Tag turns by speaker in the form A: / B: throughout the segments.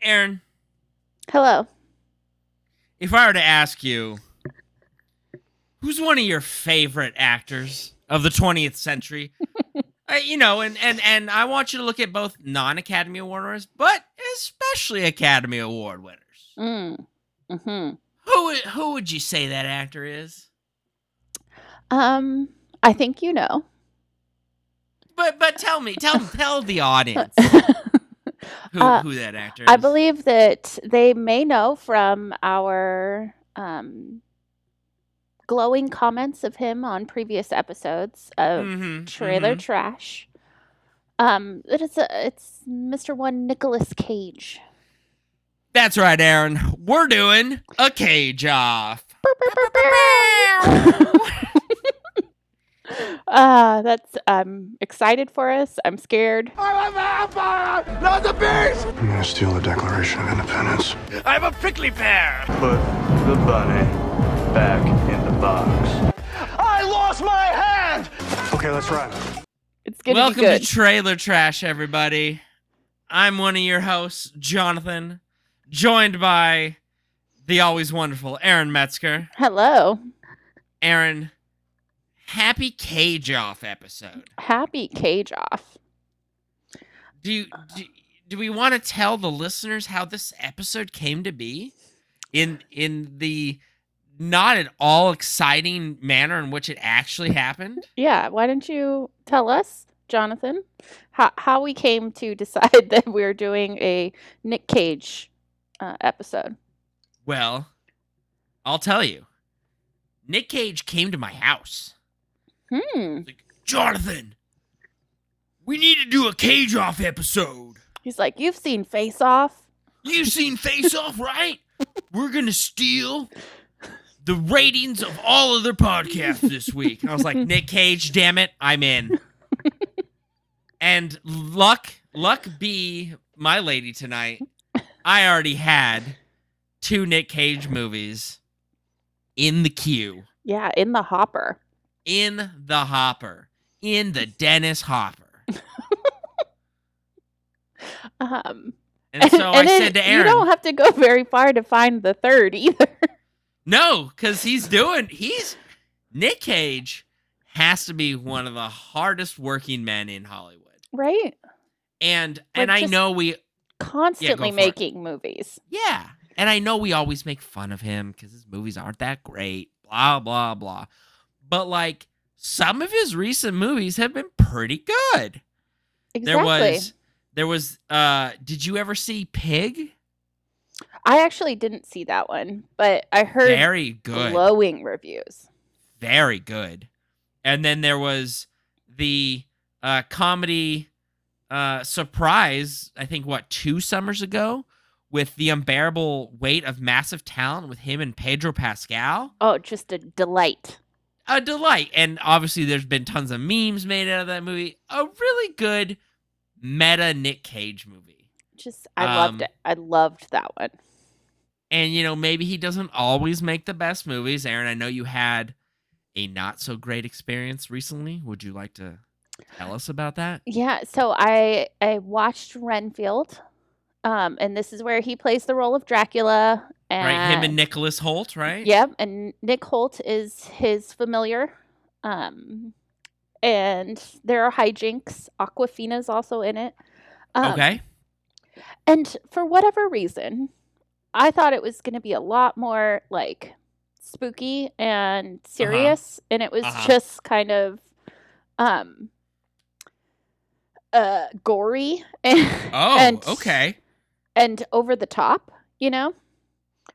A: Aaron,
B: Hello.
A: if I were to ask you, who's one of your favorite actors of the 20th century? I, you know, and, and and I want you to look at both non-Academy Award winners, but especially Academy Award winners.
B: Mm. Hmm.
A: Who i- who would you say that actor is?
B: Um. I think you know.
A: But but tell me, tell tell the audience who,
B: Uh,
A: who that actor is.
B: I believe that they may know from our um, glowing comments of him on previous episodes of
A: Mhm,
B: Trailer
A: mhm.
B: Trash. Um, it is a, it's Mr. One Nicolas Cage.
A: mm-hmm. That's right, Aaron. We're doing a cage off.
B: uh, that's I'm excited for us. I'm scared.
C: I'm a vampire, not a beast!
D: I'm gonna steal the Declaration of Independence.
C: I'm a prickly pear!
E: Put the bunny back in the box.
C: I lost my hand!
D: Okay, let's ride.
B: It's gonna
A: Welcome
B: be good.
A: to Trailer Trash, everybody. I'm one of your hosts, Jonathan, joined by the always wonderful Aaron Metzger.
B: Hello,
A: Aaron, happy cage off episode.
B: happy cage off.
A: Do you, do, do we want to tell the listeners how this episode came to be in in the not at all exciting manner in which it actually happened?
B: Yeah, why don't you tell us, Jonathan, how how we came to decide that we're doing a Nick Cage uh, episode?
A: Well, I'll tell you. Nick Cage came to my house.
B: Hmm.
A: like, Jonathan, we need to do a cage off episode.
B: He's like, you've seen Face Off.
A: You've seen Face Off, right? We're gonna steal the ratings of all other podcasts this week. And I was like, Nick Cage, damn it, I'm in. and luck, luck be my lady tonight. I already had two Nick Cage movies in the queue,
B: Yeah, in the hopper.
A: in the hopper, in the Dennis Hopper.
B: Um,
A: And so I
B: then
A: said to Aaron,
B: you don't have to go very far to find the third either.
A: No, because he's doing he's Nick Cage has to be one of the hardest working men in Hollywood.
B: right?
A: And and
B: Like,
A: I
B: just-
A: know we
B: Constantly
A: for it.
B: making movies.
A: yeah. And I know we always make fun of him because his movies aren't that great. Blah blah blah. But like some of his recent movies have been pretty good.
B: Exactly.
A: There was there was uh did you ever see Pig?
B: I actually didn't see that one, but I heard
A: Very good.
B: glowing reviews.
A: very good. And then there was the uh, comedy uh, surprise, I think, what, two summers ago, with the unbearable weight of massive talent with him and Pedro Pascal.
B: Oh, just a delight.
A: A delight. And obviously, there's been tons of memes made out of that movie. A really good meta Nick Cage movie.
B: Just I
A: Um,
B: loved it. I loved that one.
A: And, you know, maybe he doesn't always make the best movies. Aaron, I know you had a not so great experience recently. Would you like to tell us about that?
B: Yeah, so I I watched Renfield. Um, and this is where he plays the role of Dracula and
A: right? Him and Nicholas Holt, right?
B: Yep, and Nick Holt is his familiar. Um, and there are hijinks. Aquafina's also in it. Um,
A: okay.
B: And for whatever reason, I thought it was going to be a lot more like spooky and serious, and it was
A: Uh-huh.
B: just kind of um uh gory and,
A: Oh,
B: and
A: okay.
B: and over the top, you know?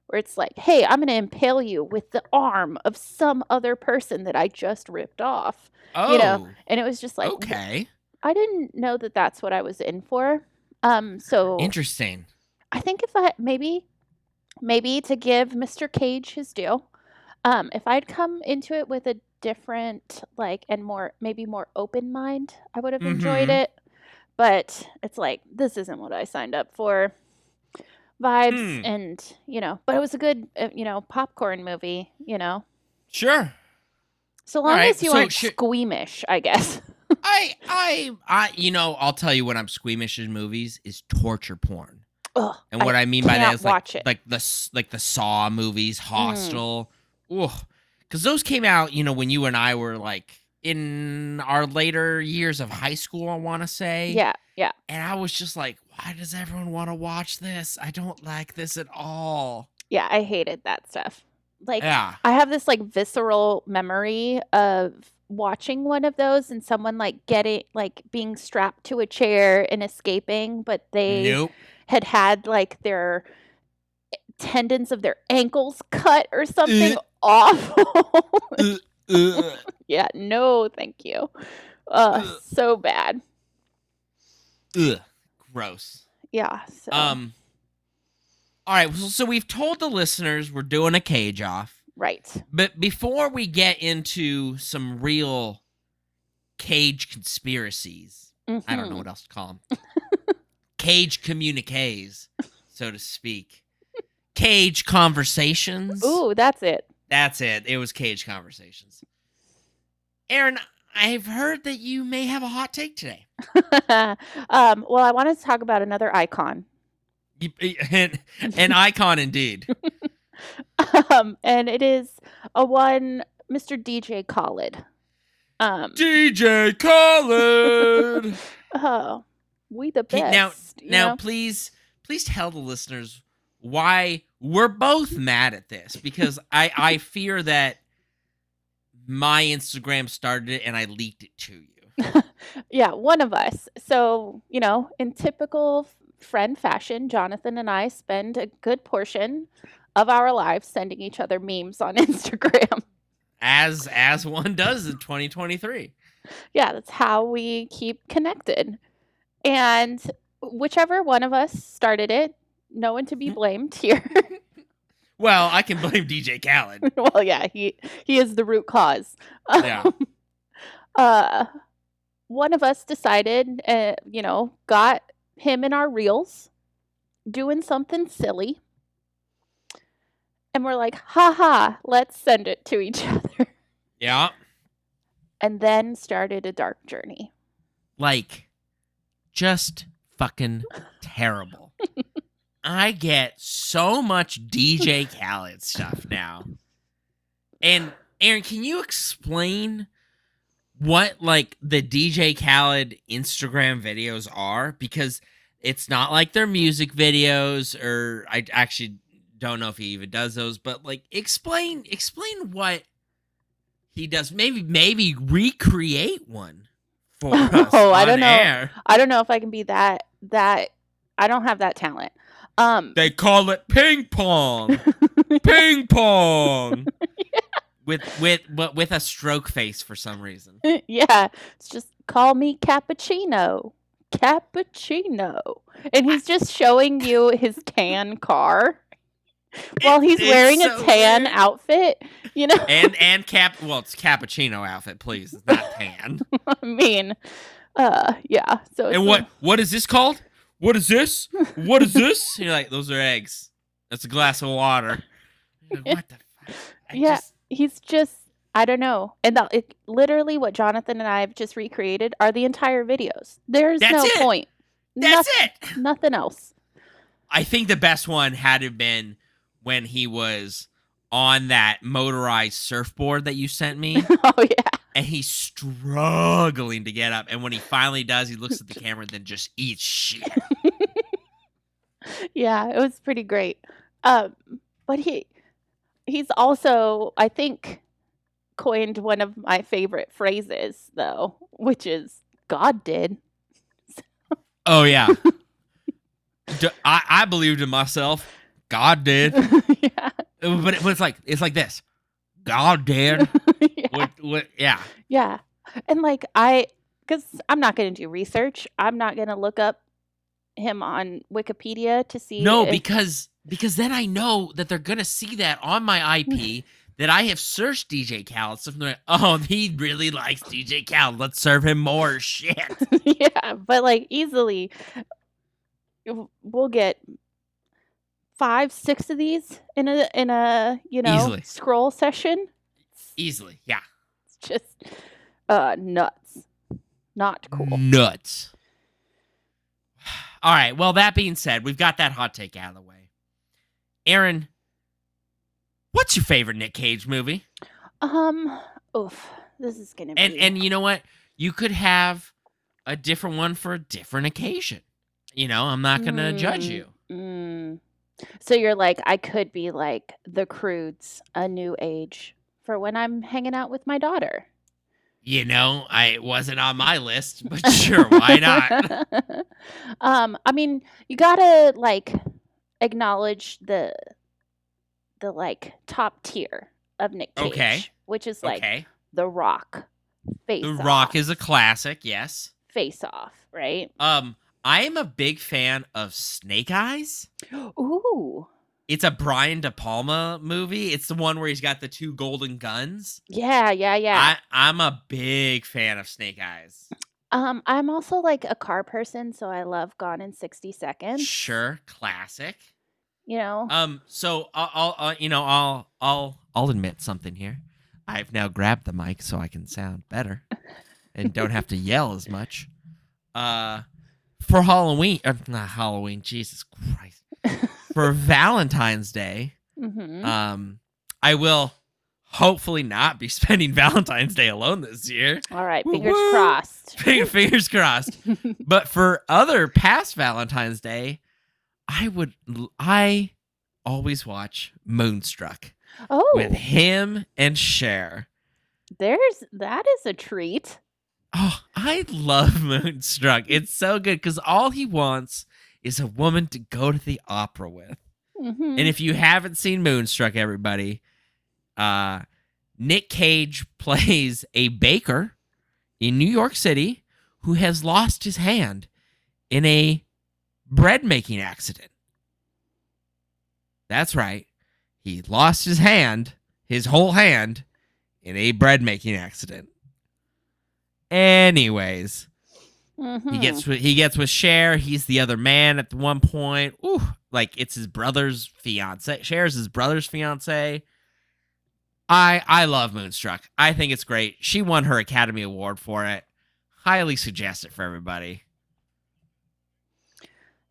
B: Where it's like, "Hey, I'm going to impale you with the arm of some other person that I just ripped off."
A: Oh,
B: you know, And it was just like,
A: okay.
B: I didn't know that that's what I was in for. Um so
A: Interesting.
B: I think if I maybe maybe to give Mr. Cage his due, um, if I'd come into it with a different like and more maybe more open mind, I would have enjoyed
A: Mhm.
B: it. But it's like this isn't what I signed up for. Vibes
A: Hmm.
B: and you know, but it was a good uh, you know popcorn movie. You know,
A: Sure.
B: so long
A: right,
B: as you
A: so
B: aren't
A: should-
B: squeamish, I guess.
A: I, I, I. You know, I'll tell you what I'm squeamish in movies is torture porn.
B: Ugh,
A: And what I, mean by that
B: can't
A: is like
B: watch it. Mm.
A: like the s- like the Saw movies, Hostel, Ugh. because those came out, you know, when you and I were like in our later years of high school. I want to say,
B: yeah, yeah.
A: And I was just like, why does everyone want to watch this? I don't like this at all.
B: Yeah, I hated that stuff. Like
A: yeah,
B: I have this like visceral memory of watching one of those and someone like getting like being strapped to a chair and escaping, but they
A: nope.
B: had had like their tendons of their ankles cut or something
A: Eh.
B: awful.
A: Ugh.
B: yeah, no, thank you. Uh,
A: Ugh.
B: so bad.
A: Ugh. uh. gross.
B: Yeah. So,
A: Um. All right, so, so we've told the listeners we're doing a cage off.
B: right.
A: But before we get into some real cage conspiracies, I don't know
B: Mhm.
A: what else to call them. cage communiques, so to speak. Cage conversations.
B: Ooh, that's it.
A: That's it. It was cage conversations. Aaron, I've heard that you may have a hot take today.
B: um, well, I wanted to talk about another icon.
A: You- An, an icon indeed.
B: Um, and it is a one Mr. DJ Khaled. Um,
A: DJ Khaled.
B: oh, we the
A: He-
B: best.
A: now-
B: you
A: Now,
B: know?
A: please, please tell the listeners why we're both mad at this because I I fear that my Instagram started it and I leaked it to you.
B: Yeah, one of us. So, you know, in typical f- friend fashion, Jonathan and I spend a good portion of our lives sending each other memes on Instagram.
A: As as one does in 2023.
B: yeah, that's how we keep connected. And whichever one of us started it, no one to be
A: Mm-hmm.
B: blamed here.
A: Well, I can blame DJ Khaled.
B: well, yeah, he he is the root cause.
A: Yeah.
B: uh, one of us decided, uh, you know, got him in our reels doing something silly. And we're like, ha ha, let's send it to each other.
A: Yeah.
B: And then started a dark journey.
A: Like just fucking terrible. I get so much DJ Khaled stuff now. And Aaron, can you explain what like the DJ Khaled Instagram videos are? Because it's not like their music videos, or I actually don't know if he even does those. But like, explain explain what he does. Maybe maybe recreate one for us.
B: Oh, I
A: on
B: don't know.
A: air.
B: I don't know if I can be that that I don't have that talent. Um
A: They call it ping pong. ping pong. With with but with a stroke face for some reason.
B: yeah, it's just call me cappuccino. Cappuccino. And he's just showing you his tan car while he's
A: It's
B: wearing
A: so
B: a tan
A: weird.
B: outfit, you know?
A: And and cap well it's cappuccino outfit, please. It's not tan.
B: I mean, uh yeah. So it's
A: and
B: a-
A: what what is this called? What is this? What is this? And you're like, those are eggs. That's a glass of water. You're like, what the fuck? I
B: Yeah.
A: just-
B: he's just I don't know. And the, it, literally what Jonathan and I have just recreated are the entire videos. There's
A: That's
B: no
A: it.
B: point.
A: that's it.
B: it. Nothing else.
A: I think the best one had to have been when he was on that motorized surfboard that you sent me.
B: Oh yeah.
A: and he's struggling to get up. And when he finally does, he looks at the camera and then just eats shit.
B: Yeah, it was pretty great. Um, but he he's also, I think, coined one of my favorite phrases though, which is God did.
A: Oh yeah, D- I I believed in myself. God did,
B: yeah.
A: but, it, but it's like it's like this. God did.
B: yeah.
A: What, what, yeah,
B: Yeah. And like I cuz I'm not going to do research. I'm not going to look up him on Wikipedia to see
A: no,
B: if-
A: because because then I know that they're gonna see that on my IP that I have searched DJ Khaled. So they're like, oh, he really likes DJ Khaled. Let's serve him more shit.
B: yeah, but like easily w- we'll get five, six of these in a in a, you know,
A: Easily.
B: scroll session.
A: Easily, yeah,
B: It's just
A: Mm.
B: uh nuts. Not cool.
A: nuts. All right. Well, that being said, we've got that hot take out of the way. Aaron, what's your favorite Nick Cage movie?
B: Um, oof, this is gonna be.
A: And and you know what? You could have a different one for a different occasion. You know, I'm not going to judge
B: Mm.
A: you.
B: Mm. So you're like, I could be like the Crudes, a new age for when I'm hanging out with my daughter.
A: You know, I it wasn't on my list, but sure, why not?
B: um, I mean, you gotta like acknowledge the the like top tier of Nick Cage,
A: Okay.
B: which is like
A: okay.
B: The Rock. Face
A: The Rock
B: Off,
A: is a classic, yes.
B: Face Off, right?
A: Um, I am a big fan of Snake Eyes.
B: Ooh,
A: It's a Brian De Palma movie. It's the one where he's got the two golden guns.
B: yeah, yeah, yeah.
A: I, I'm a big fan of Snake Eyes.
B: Um, I'm also like a car person, so I love Gone in 60 Seconds.
A: Sure, classic.
B: You know,
A: Um, so I'll, I'll, I'll you know, I'll, I'll, I'll admit something here. I've now grabbed the mic so I can sound better and don't have to yell as much. Uh, for Halloween, uh, not Halloween, Jesus Christ. For Valentine's Day,
B: hmm
A: um, I will hopefully not be spending Valentine's Day alone this year.
B: all right,
A: woo,
B: fingers
A: woo.
B: crossed.
A: Fing- fingers crossed. but for other past Valentine's Day, I would I always watch Moonstruck
B: Oh,
A: with him and Cher.
B: there's that is a treat.
A: Oh, I love Moonstruck. It's so good because all he wants is a woman to go to the opera with.
B: Mhm.
A: And if you haven't seen Moonstruck, everybody, uh, Nick Cage plays a baker in New York City who has lost his hand in a bread making accident. That's right. He lost his hand, his whole hand, in a bread making accident. Anyways, he
B: Mhm.
A: gets with, he gets with Cher. He's the other man at one point. Ooh, like it's his brother's fiance. Cher's his brother's fiance. I I love Moonstruck. I think it's great. She won her Academy Award for it. Highly suggest it for everybody.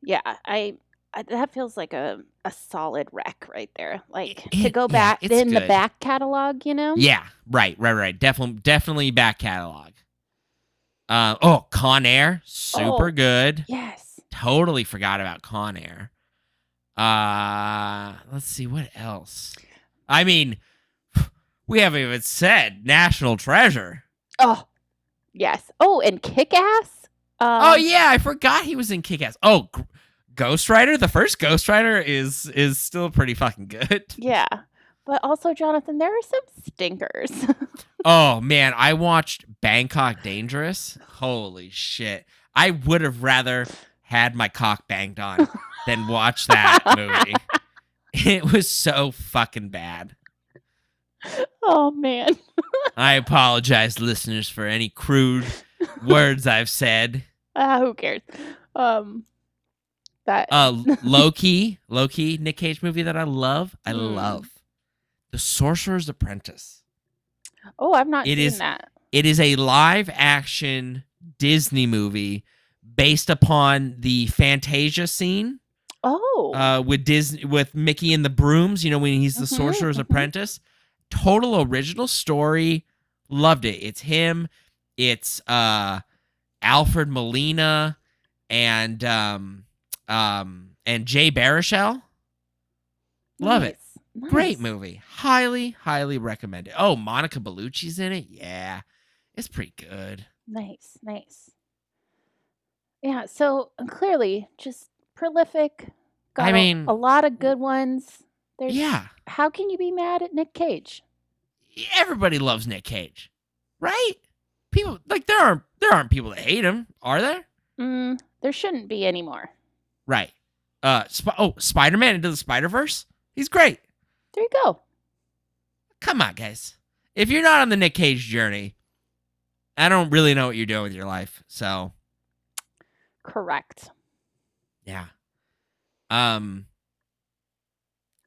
B: yeah, I, I that feels like a a solid rec right there. Like to
A: it- yeah,
B: go back
A: it's
B: in the
A: good.
B: back catalog, you know?
A: Yeah, right, right, right. Definitely, definitely back catalog. Uh, oh, Con Air, super
B: Oh.
A: good.
B: Yes.
A: Totally forgot about Con Air. Uh, let's see what else. I mean, we haven't even said National Treasure.
B: Oh, yes. Oh, and Kick Ass. Um,
A: oh yeah, I forgot he was in Kick Ass. Oh, G- Ghost Rider. The first Ghost Rider is is still pretty fucking good.
B: yeah. But also, Jonathan, there are some stinkers.
A: Oh man, I watched Bangkok Dangerous. Holy shit. I would have rather had my cock banged on than watch that movie. It was so fucking bad.
B: oh man.
A: I apologize, listeners, for any crude words I've said.
B: Ah, who cares? Um, that
A: Uh Loki, Loki, Nick Cage movie that I love. I
B: Hmm.
A: love. The Sorcerer's Apprentice.
B: Oh, I've not
A: It
B: seen
A: is-
B: that.
A: It is a live action Disney movie based upon the Fantasia scene
B: Oh,
A: uh, with Disney with Mickey and the brooms. You know when he's the
B: Mhm,
A: Sorcerer's
B: mhm.
A: Apprentice. Total original story. Loved it. It's him. It's uh, Alfred Molina and um, um, and Jay Baruchel. Love it.
B: nice,
A: Great
B: nice.
A: movie. Highly, highly recommended. Oh, Monica Bellucci's in it. Yeah, it's pretty good.
B: Nice, nice. Yeah. So uh, clearly, just prolific. Got
A: I
B: a-
A: mean-
B: a lot of good ones. There's,
A: Yeah.
B: How can you be mad at Nick Cage?
A: Everybody loves Nick Cage, right? People like there aren't there aren't people that hate him, are there?
B: Mm, there shouldn't be anymore.
A: Right. Uh Sp- oh, Spider-Man into the Spider-Verse? He's great.
B: There you go.
A: Come on, guys. If you're not on the Nick Cage journey, I don't really know what you're doing with your life. So,
B: Correct.
A: yeah. Um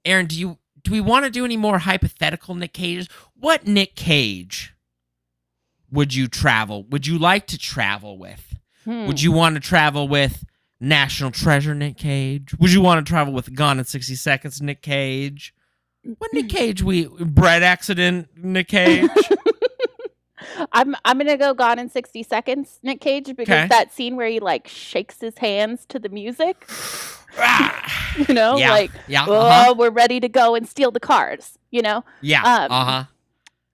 A: Aaron, do you do we want to do any more hypothetical Nick Cages? What Nick Cage would you travel? Would you like to travel with?
B: Hmm.
A: Would you want to travel with National Treasure, Nick Cage? Would you want to travel with Gone in 60 Seconds, Nick Cage? What Nick Cage we bread accident, Nick Cage?
B: I'm I'm gonna go gone in sixty seconds, Nick Cage, because
A: Okay.
B: that scene where he like shakes his hands to the music,
A: Ah,
B: you know,
A: yeah,
B: like
A: yeah,
B: oh,
A: uh-huh,
B: we're ready to go and steal the cars, you know.
A: yeah,
B: um,
A: uh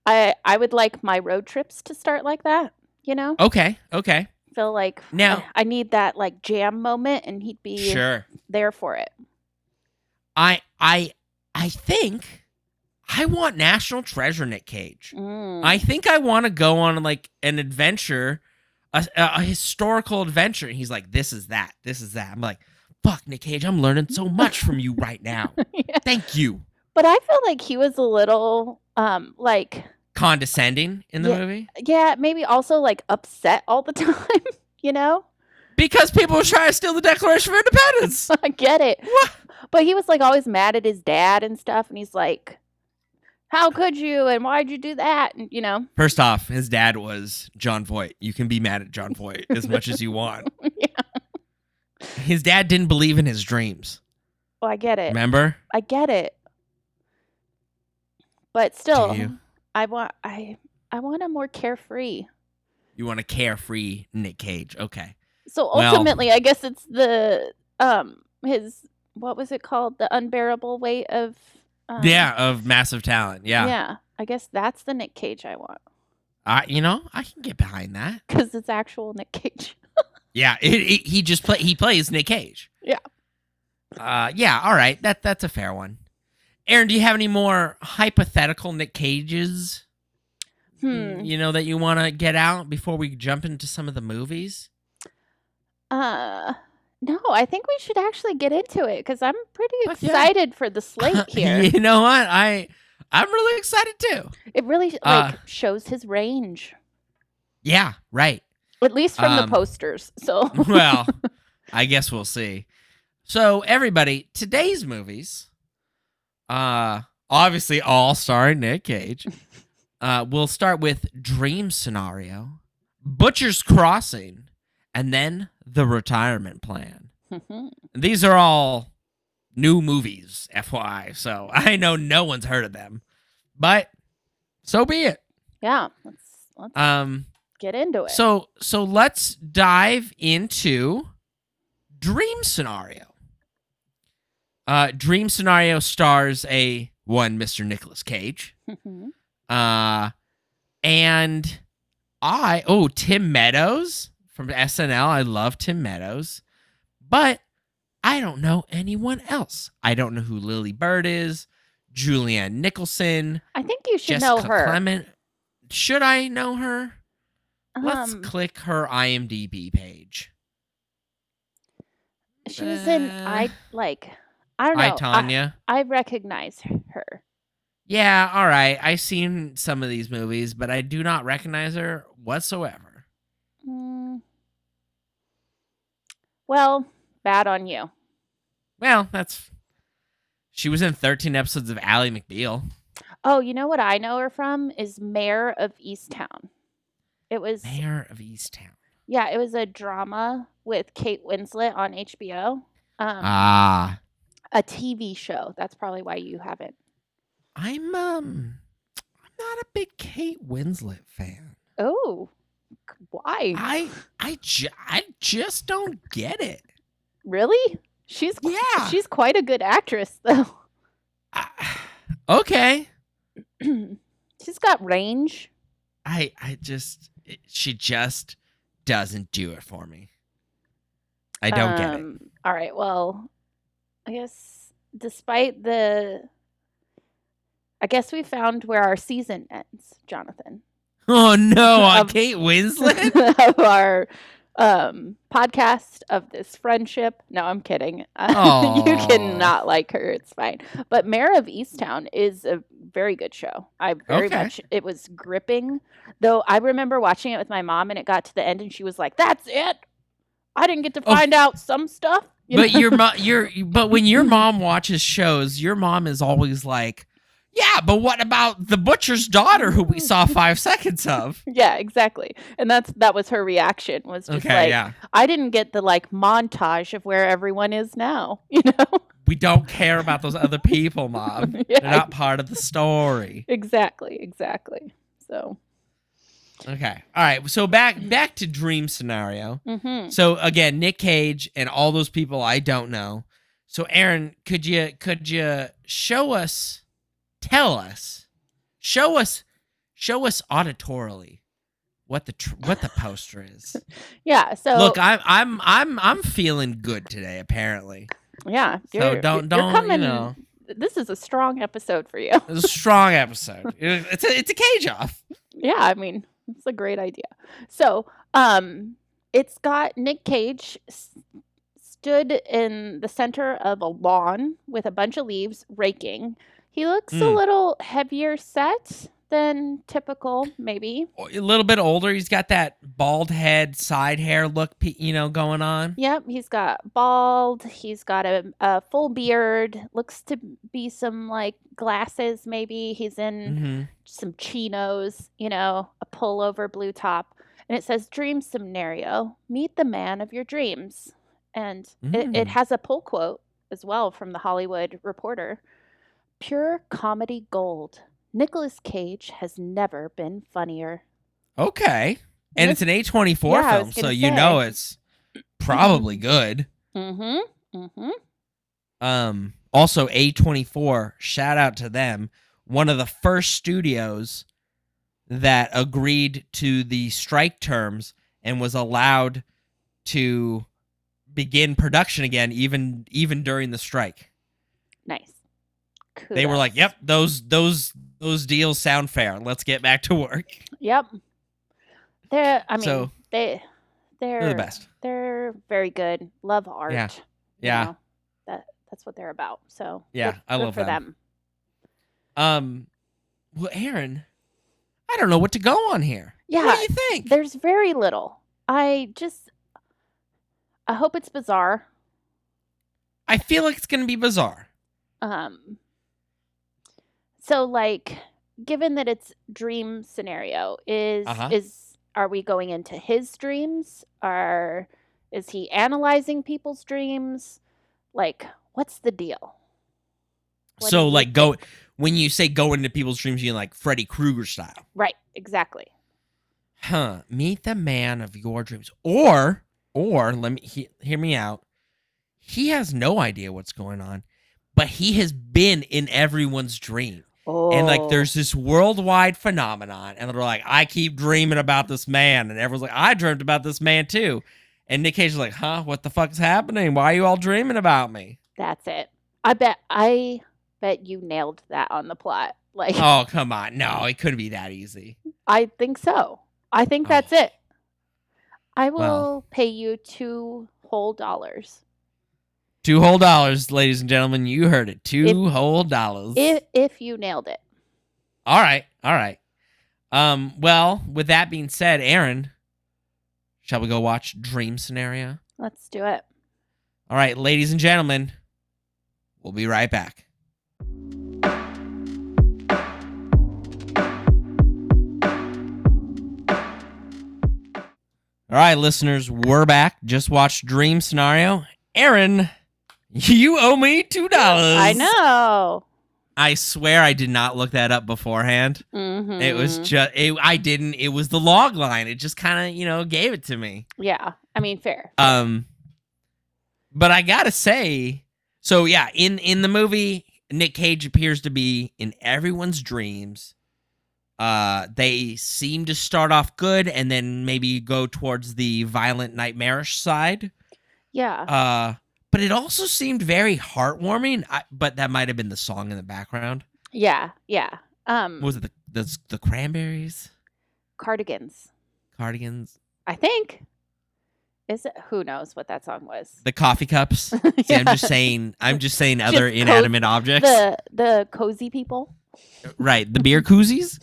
B: I I would like my road trips to start like that, you know.
A: huh. Okay, okay,
B: Feel like
A: Now-
B: I, I need that like jam moment, and he'd be
A: sure.
B: there for it.
A: I, I, I think I want National Treasure, Nick Cage.
B: Mm.
A: I think I want to go on like an adventure, a, a, a historical adventure. And he's like, this is that. This is that. I'm like, fuck, Nick Cage, I'm learning so much from you right now.
B: Yeah.
A: Thank you.
B: But I feel like he was a little um like
A: Condescending in the
B: Yeah.
A: movie
B: yeah, maybe also like upset all the time, you know?
A: because people were trying to steal the Declaration of Independence.
B: I get it.
A: What?
B: But he was like always mad at his dad and stuff and he's like how could you and why'd you do that? And you know,
A: First off, his dad was John Voight. You can be mad at John Voight as much as you want. His dad didn't believe in his dreams.
B: well I get
A: Eh.
B: it.
A: Remember?
B: I get it. But still
A: you?
B: I want I I want a more carefree.
A: You want a carefree Nick Cage. Okay.
B: So
A: Well-
B: ultimately I guess it's the um his what was it called? The unbearable weight of um,
A: yeah, of massive talent. Yeah.
B: Yeah. I guess that's the Nick Cage I want
A: I, you know, I can get behind that.
B: because it's actual Nick Cage.
A: Yeah, it, it, he just play. He plays Nick Cage.
B: Yeah.
A: Uh, yeah. All right. That that's a fair one. Aaron, do you have any more hypothetical Nick Cages?
B: Hmm.
A: You know that you want to get out before we jump into some of the movies.
B: Uh, no, I think we should actually get into it because I'm pretty
A: Fuck yeah.
B: excited for the slate here.
A: you know what? I I'm really excited too.
B: It really like
A: Uh,
B: shows his range,
A: Yeah. Right.
B: at least from
A: um,
B: the posters. So
A: well, I guess we'll see. So everybody, today's movies, uh, obviously all starring Nick Cage. Uh, we'll start with Dream Scenario, Butcher's Crossing, and then The Retirement Plan.
B: Mhm.
A: These are all new movies, FYI. So I know no one's heard of them, but so be it.
B: yeah, let's let's
A: Um,
B: get into it.
A: so so let's dive into Dream Scenario. Uh, Dream Scenario stars a one Mr. Nicholas Cage.
B: Mhm.
A: Uh, and I oh Tim Meadows from SNL. I love Tim Meadows, but I don't know anyone else. I don't know who Lily Bird is, Julianne Nicholson,
B: I think you should
A: Jessica
B: know her.
A: Clement. Should I know her? Let's
B: Um,
A: click her IMDb page.
B: she was in
A: uh,
B: I like I don't know.
A: Hi,
B: I-
A: Tanya.
B: I recognize her.
A: yeah, all right. I've seen some of these movies, but I do not recognize her whatsoever.
B: Mm. Well, bad on you.
A: Well, that's. She was in 13 episodes of Ally McBeal.
B: Oh, you know what I know her from is Mayor of Easttown. It was
A: Mayor of Easttown.
B: yeah, it was a drama with Kate Winslet on HBO. Um,
A: Ah.
B: a TV show. That's probably why you haven't.
A: I'm, um. I'm not a big Kate Winslet fan.
B: Oh, c- why?
A: I I, ju- I just don't get it.
B: really? She's qu-
A: Yeah.
B: she's quite a good actress though.
A: I- okay.
B: she's got range.
A: I I just it, she just doesn't do it for me. I don't get it.
B: Um, All right. Well, I guess despite the, I guess we found where our season ends, Jonathan,
A: Oh no, on
B: um,
A: Kate Winslet.
B: of our um, podcast of this friendship. No, I'm kidding. Uh, you
A: Aw.
B: cannot like her. It's fine. But Mayor of Easttown is a very good show. I very
A: Okay.
B: much. It was gripping, though. I remember watching it with my mom, and it got to the end, and she was like, "That's it." I didn't get to
A: Oh.
B: find out some stuff. you know?
A: but your mom, your but when your mom watches shows, your mom is always like, Yeah, but what about the butcher's daughter who we saw five seconds of?
B: Yeah, exactly. And that's that was her reaction was just
A: Okay,
B: like
A: yeah.
B: I didn't get the like montage of where everyone is now, you know?
A: We don't care about those other people, Mom.
B: Yeah.
A: Um, They're not part of the story.
B: exactly, exactly. So,
A: Okay. All right. So back back to dream scenario.
B: mhm.
A: So again, Nick Cage and all those people I don't know. So Aaron, could you could you show us, tell us, show us, show us auditorily what the tr- what the poster is?
B: Yeah, so
A: Look, I'm I'm I'm I'm feeling good today. Apparently,
B: yeah,
A: so don't
B: you're
A: don't you
B: coming-
A: know.
B: This is a strong episode for you.
A: It's a strong episode. It- It's a it's a cage off.
B: Yeah, I mean, it's a great idea. So, um, it's got Nick Cage s- stood in the center of a lawn with a bunch of leaves raking. He looks a
A: Mm.
B: little heavier set than typical, maybe.
A: A little bit older. He's got that bald head, side hair look, pe- you know, going on.
B: Yep, he's got bald. He's got a, a full beard. Looks to be some like glasses, maybe. He's in
A: hmm
B: some chinos, you know, a pullover blue top, and it says dream scenario, meet the man of your dreams. And it,
A: Mm.
B: it has a pull quote as well from the Hollywood Reporter. Pure comedy gold. Nicolas Cage has never been funnier.
A: Okay. And it's
B: This-
A: an A24
B: Yeah, I
A: film,
B: was
A: so
B: gonna
A: you
B: say.
A: know it's probably good.
B: Mm-hmm. Mm-hmm.
A: Um also A24, shout out to them, one of the first studios that agreed to the strike terms and was allowed to begin production again even even during the strike.
B: Nice.
A: They were like,
B: Kudos.
A: "Yep, those those those deals sound fair. Let's get back to work."
B: Yep. They're I mean
A: So-
B: they they're
A: They're the best.
B: They're very good. Love art. you
A: Yeah.
B: know. That that's what they're about. So
A: Yeah,
B: good-
A: I
B: good
A: love
B: for
A: them. Um, well, Aaron, I don't know what to go on here.
B: Yeah,
A: what do you think?
B: There's very little. I just I hope it's bizarre.
A: I feel like it's gonna be bizarre.
B: Um so like given that it's dream scenario is
A: Uh-huh.
B: is are we going into his dreams? Are is he analyzing people's dreams? Like what's the deal? What do
A: so,
B: you
A: like, go when you say go into people's dreams, you mean, like Freddy Krueger style,
B: Right, exactly.
A: huh? Meet the man of your dreams, or or let me he, hear me out. He has no idea what's going on, but he has been in everyone's dream.
B: Oh.
A: And like, there's this worldwide phenomenon, and they're like, I keep dreaming about this man, and everyone's like, I dreamt about this man too. And Nick Cage is like, Huh? What the fuck's happening? Why are you all dreaming about me?
B: That's it. I bet I bet you nailed that on the plot. Like
A: Oh, come on, no, it couldn't be that easy.
B: I think so. I think
A: Oh.
B: that's it. I will
A: Well.
B: pay you two whole dollars.
A: Two whole dollars, ladies and gentlemen. You heard it. Two whole dollars.
B: If if you nailed it.
A: all right, all right. Um, well, with that being said, Aaron, shall we go watch Dream Scenario?
B: Let's do it.
A: All right, ladies and gentlemen, we'll be right back. All right, listeners, we're back. Just watched Dream Scenario. Aaron, you owe me $2.
B: I know.
A: I swear I did not look that up beforehand. It was
B: Mhm.
A: just, it, I didn't, it was the log line. It just kind of, you know, gave it to me.
B: yeah. I mean, fair.
A: Um, but I gotta say, so yeah, in in the movie, Nick Cage appears to be in everyone's dreams. Uh, they seem to start off good and then maybe go towards the violent, nightmarish side.
B: Yeah.
A: Uh, but it also seemed very heartwarming. I, but that might have been the song in the background.
B: yeah. Yeah. Um,
A: What was it the the, the Cranberries,
B: cardigans.
A: Cardigans,
B: I think. Is it? Who knows what that song was?
A: the coffee cups? See, I'm just saying. I'm just saying other
B: Just co-
A: inanimate objects.
B: the the cozy people.
A: Right, the beer koozies.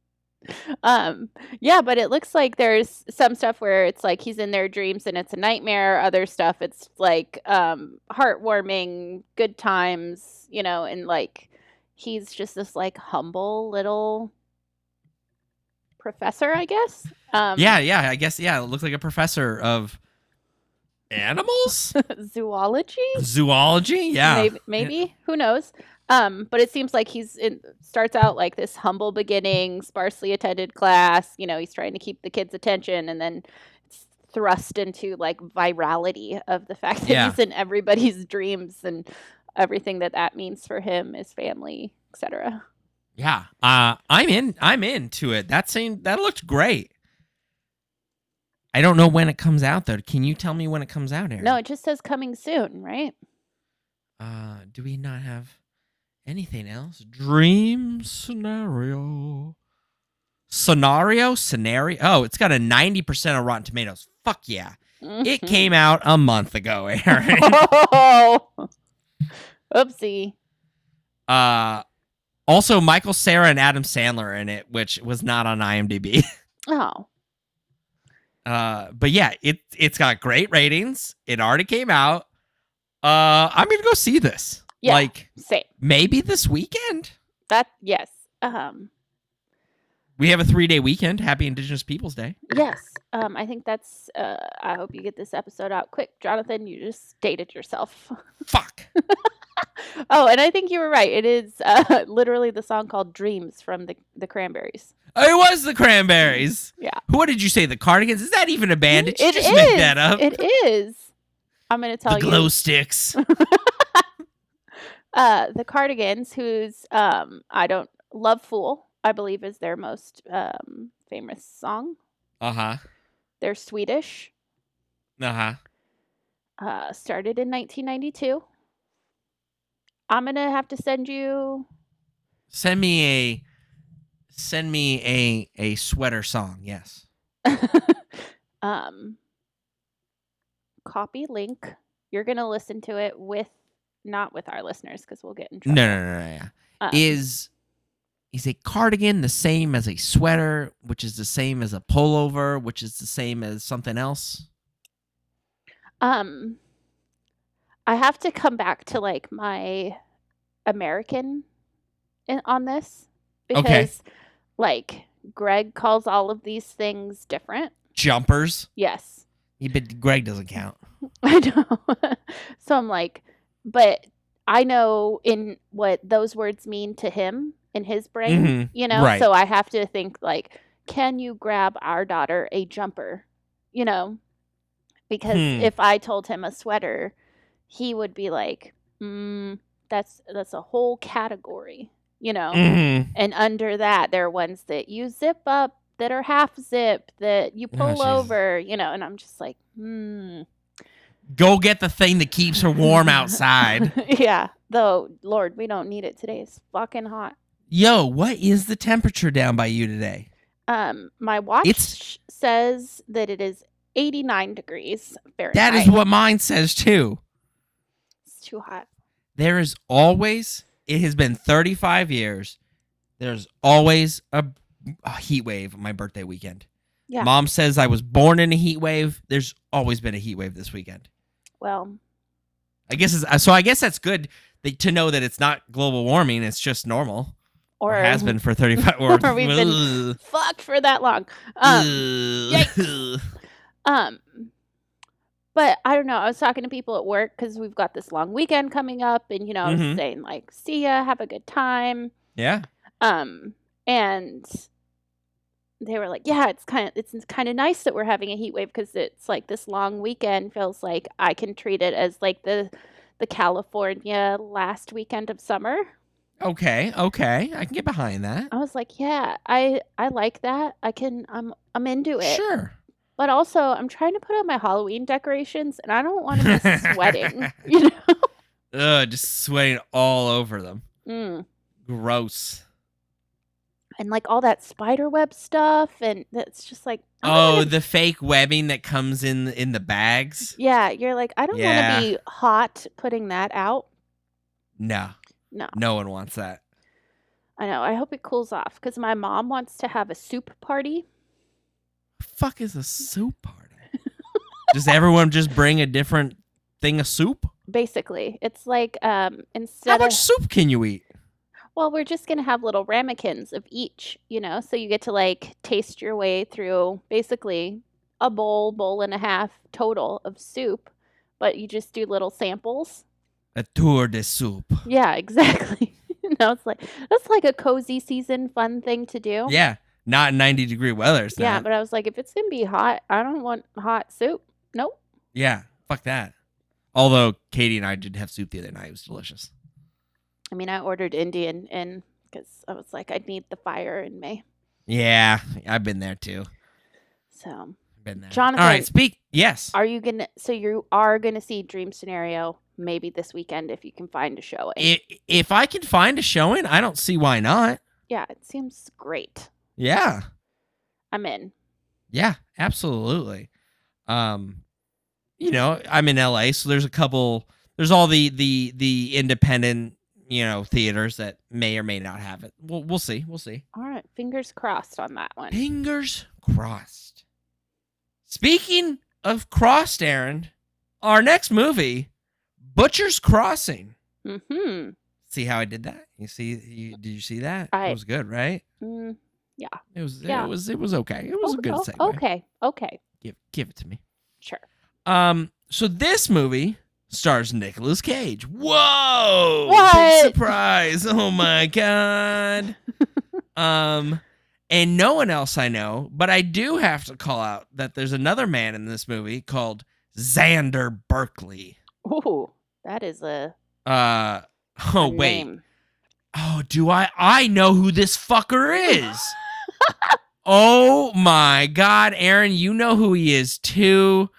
B: um yeah but it looks like there's some stuff where it's like he's in their dreams and it's a nightmare other stuff it's like um heartwarming good times you know and like he's just this like humble little professor, I guess. Um,
A: yeah, yeah. I guess yeah. It looked like a professor of animals,
B: zoology.
A: zoology. Yeah,
B: Maybe, maybe. who knows? Um, but it seems like he's in, starts out like this humble beginning, sparsely attended class. You know, he's trying to keep the kids' attention, and then it's thrust into like virality of the fact that
A: Yeah.
B: he's in everybody's dreams and everything that that means for him, his family, etc.
A: yeah. Uh, I'm in. I'm into it. That seemed that looked great. I don't know when it comes out though. Can you tell me when it comes out, Aaron?
B: No, it just says coming soon, right?
A: Uh, do we not have anything else? Dream scenario. Scenario? Scenario? Oh, it's got a 90% on Rotten Tomatoes. Fuck yeah. It
B: Mhm.
A: came out a month ago, Aaron.
B: Oh, Mm-hmm. oopsie.
A: uh, also, Michael Sarah and Adam Sandler are in it, which was not on IMDb.
B: Oh,
A: Uh, but yeah, it, it's got great ratings. It already came out. Uh, I'm going to go see this.
B: Yeah.
A: Like,
B: same.
A: maybe this weekend.
B: That yes. Um.
A: We have a three day weekend. Happy Indigenous Peoples Day.
B: Yes. Um, I think that's. Uh, I hope you get this episode out quick, Jonathan. You just dated yourself.
A: Fuck.
B: oh, and I think you were right. It is uh, literally the song called "Dreams" from the the Cranberries.
A: It was the Cranberries.
B: Yeah.
A: What did you say? The Cardigans? Is that even a band? Did you
B: Mm, It
A: just make
B: is,
A: that up?
B: It is. I'm going to tell
A: the glow
B: you.
A: sticks.
B: Uh, the Cardigans, who's um, I don't love "Fool," I believe is their most um, famous song.
A: Uh huh.
B: They're Swedish.
A: Uh huh.
B: uh, started in 1992. I'm gonna have to send you.
A: Send me a send me a a sweater song. Yes.
B: um, copy link. You're gonna listen to it with not with our listeners because we'll get in
A: No,
B: trouble.
A: no, no, no. Yeah.
B: Um,
A: Is is a cardigan the same as a sweater, which is the same as a pullover, which is the same as something else?
B: um, I have to come back to like my American in, on this
A: Okay.
B: because like Greg calls all of these things different.
A: Jumpers.
B: Yes.
A: Yeah, but Greg doesn't count.
B: I know. so I'm like, but I know in what those words mean to him in his brain,
A: Mhm,
B: you know?
A: right.
B: So I have to think like, can you grab our daughter a jumper? You know? Because
A: Hmm.
B: if I told him a sweater, he would be like, mm, that's that's a whole category, you know?
A: Mhm.
B: And under that, there are ones that you zip up, that are half zip, that you
A: Oh,
B: pull
A: Jesus.
B: over, you know? And I'm just like, hmm.
A: Go get the thing that keeps her warm outside.
B: yeah. Though, Lord, we don't need it today. It's fucking hot.
A: Yo, what is the temperature down by you today?
B: Um, my watch
A: It's-
B: says that it is 89 degrees Fahrenheit.
A: That is what mine says too.
B: It's too hot.
A: There is always, it has been 35 years, there's always a, a heat wave on my birthday weekend.
B: Yeah.
A: Mom says I was born in a heat wave. There's always been a heat wave this weekend.
B: Well,
A: I guess it's, so. I guess that's good that, to know that it's not global warming. It's just normal.
B: or,
A: has been for 35 or,
B: or we've been fucked for that long.
A: Mm.
B: Um, yikes. um, but I don't know. I was talking to people at work because we've got this long weekend coming up, and you know, I
A: Mhm.
B: was saying like, "See ya, have a good time."
A: yeah.
B: um and they were like yeah it's kind of it's kind of nice that we're having a heat wave because it's like this long weekend feels like i can treat it as like the the california last weekend of summer
A: Okay. Okay. I can get behind that.
B: i was like yeah i i like that i can i'm i'm into it
A: Sure.
B: but also i'm trying to put up my halloween decorations and i don't want to be sweating you know
A: Ugh, just sweating all over them.
B: mm.
A: Gross.
B: and like all that spider web stuff and that's just like I don't wanna
A: Oh, the fake webbing that comes in in the bags.
B: Yeah, you're like, I don't
A: Yeah.
B: want to be hot putting that out.
A: No,
B: No,
A: no one wants that.
B: I know. I hope it cools off because my mom wants to have a soup party.
A: Fuck is a soup party? Does everyone just bring a different thing of soup?
B: Basically, it's like um
A: How
B: instead
A: much
B: of
A: soup can you eat?
B: well, we're just going to have little ramekins of each, you know, so you get to like taste your way through basically a bowl, bowl and a half total of soup, but you just do little samples.
A: A tour de soup.
B: Yeah, exactly. no, it's like that's like a cozy season fun thing to do.
A: Yeah, not 90 degree weather. It's
B: Oh. Yeah,
A: not.
B: but I was like, if it's gonna be hot, I don't want hot soup. Nope.
A: yeah, fuck that. Although Katie and I did have soup the other night. It was delicious.
B: I mean, I ordered Indian and because I was like, I need the fire in May.
A: Yeah, I've been there too.
B: So,
A: Been there. All
B: Jonathan.
A: right, speak. Yes.
B: are you gonna? So you are gonna see Dream Scenario maybe this weekend if you can find a showing.
A: I- If I can find a showing, I don't see why not.
B: yeah, it seems great.
A: Yeah.
B: I'm in.
A: Yeah, absolutely. Um, you know, I'm in LA, so there's a couple. There's all the the the independent you know theaters that may or may not have it. We'll we'll see. We'll see.
B: All right, fingers crossed on that one.
A: Fingers crossed. Speaking of crossed, Aaron, our next movie, Butcher's Crossing.
B: Mm-hmm.
A: See how I did that? You see? You, did you see that?
B: I-
A: it was good, right?
B: Mm,
A: It was.
B: Yeah.
A: It was. It was okay. It was
B: o-
A: a good
B: o-
A: segue.
B: Mm-hmm. Okay. Okay.
A: Give give it to me.
B: Sure.
A: Um, so this movie stars Nicolas Cage. Whoa!
B: What?
A: Big surprise! Oh my god. um, and no one else I know, but I do have to call out that there's another man in this movie called Xander Berkeley.
B: Ooh, that is a.
A: Uh, oh
B: a
A: wait.
B: name.
A: Oh, do I? I know who this fucker is. oh my god, Aaron, you know who he is too.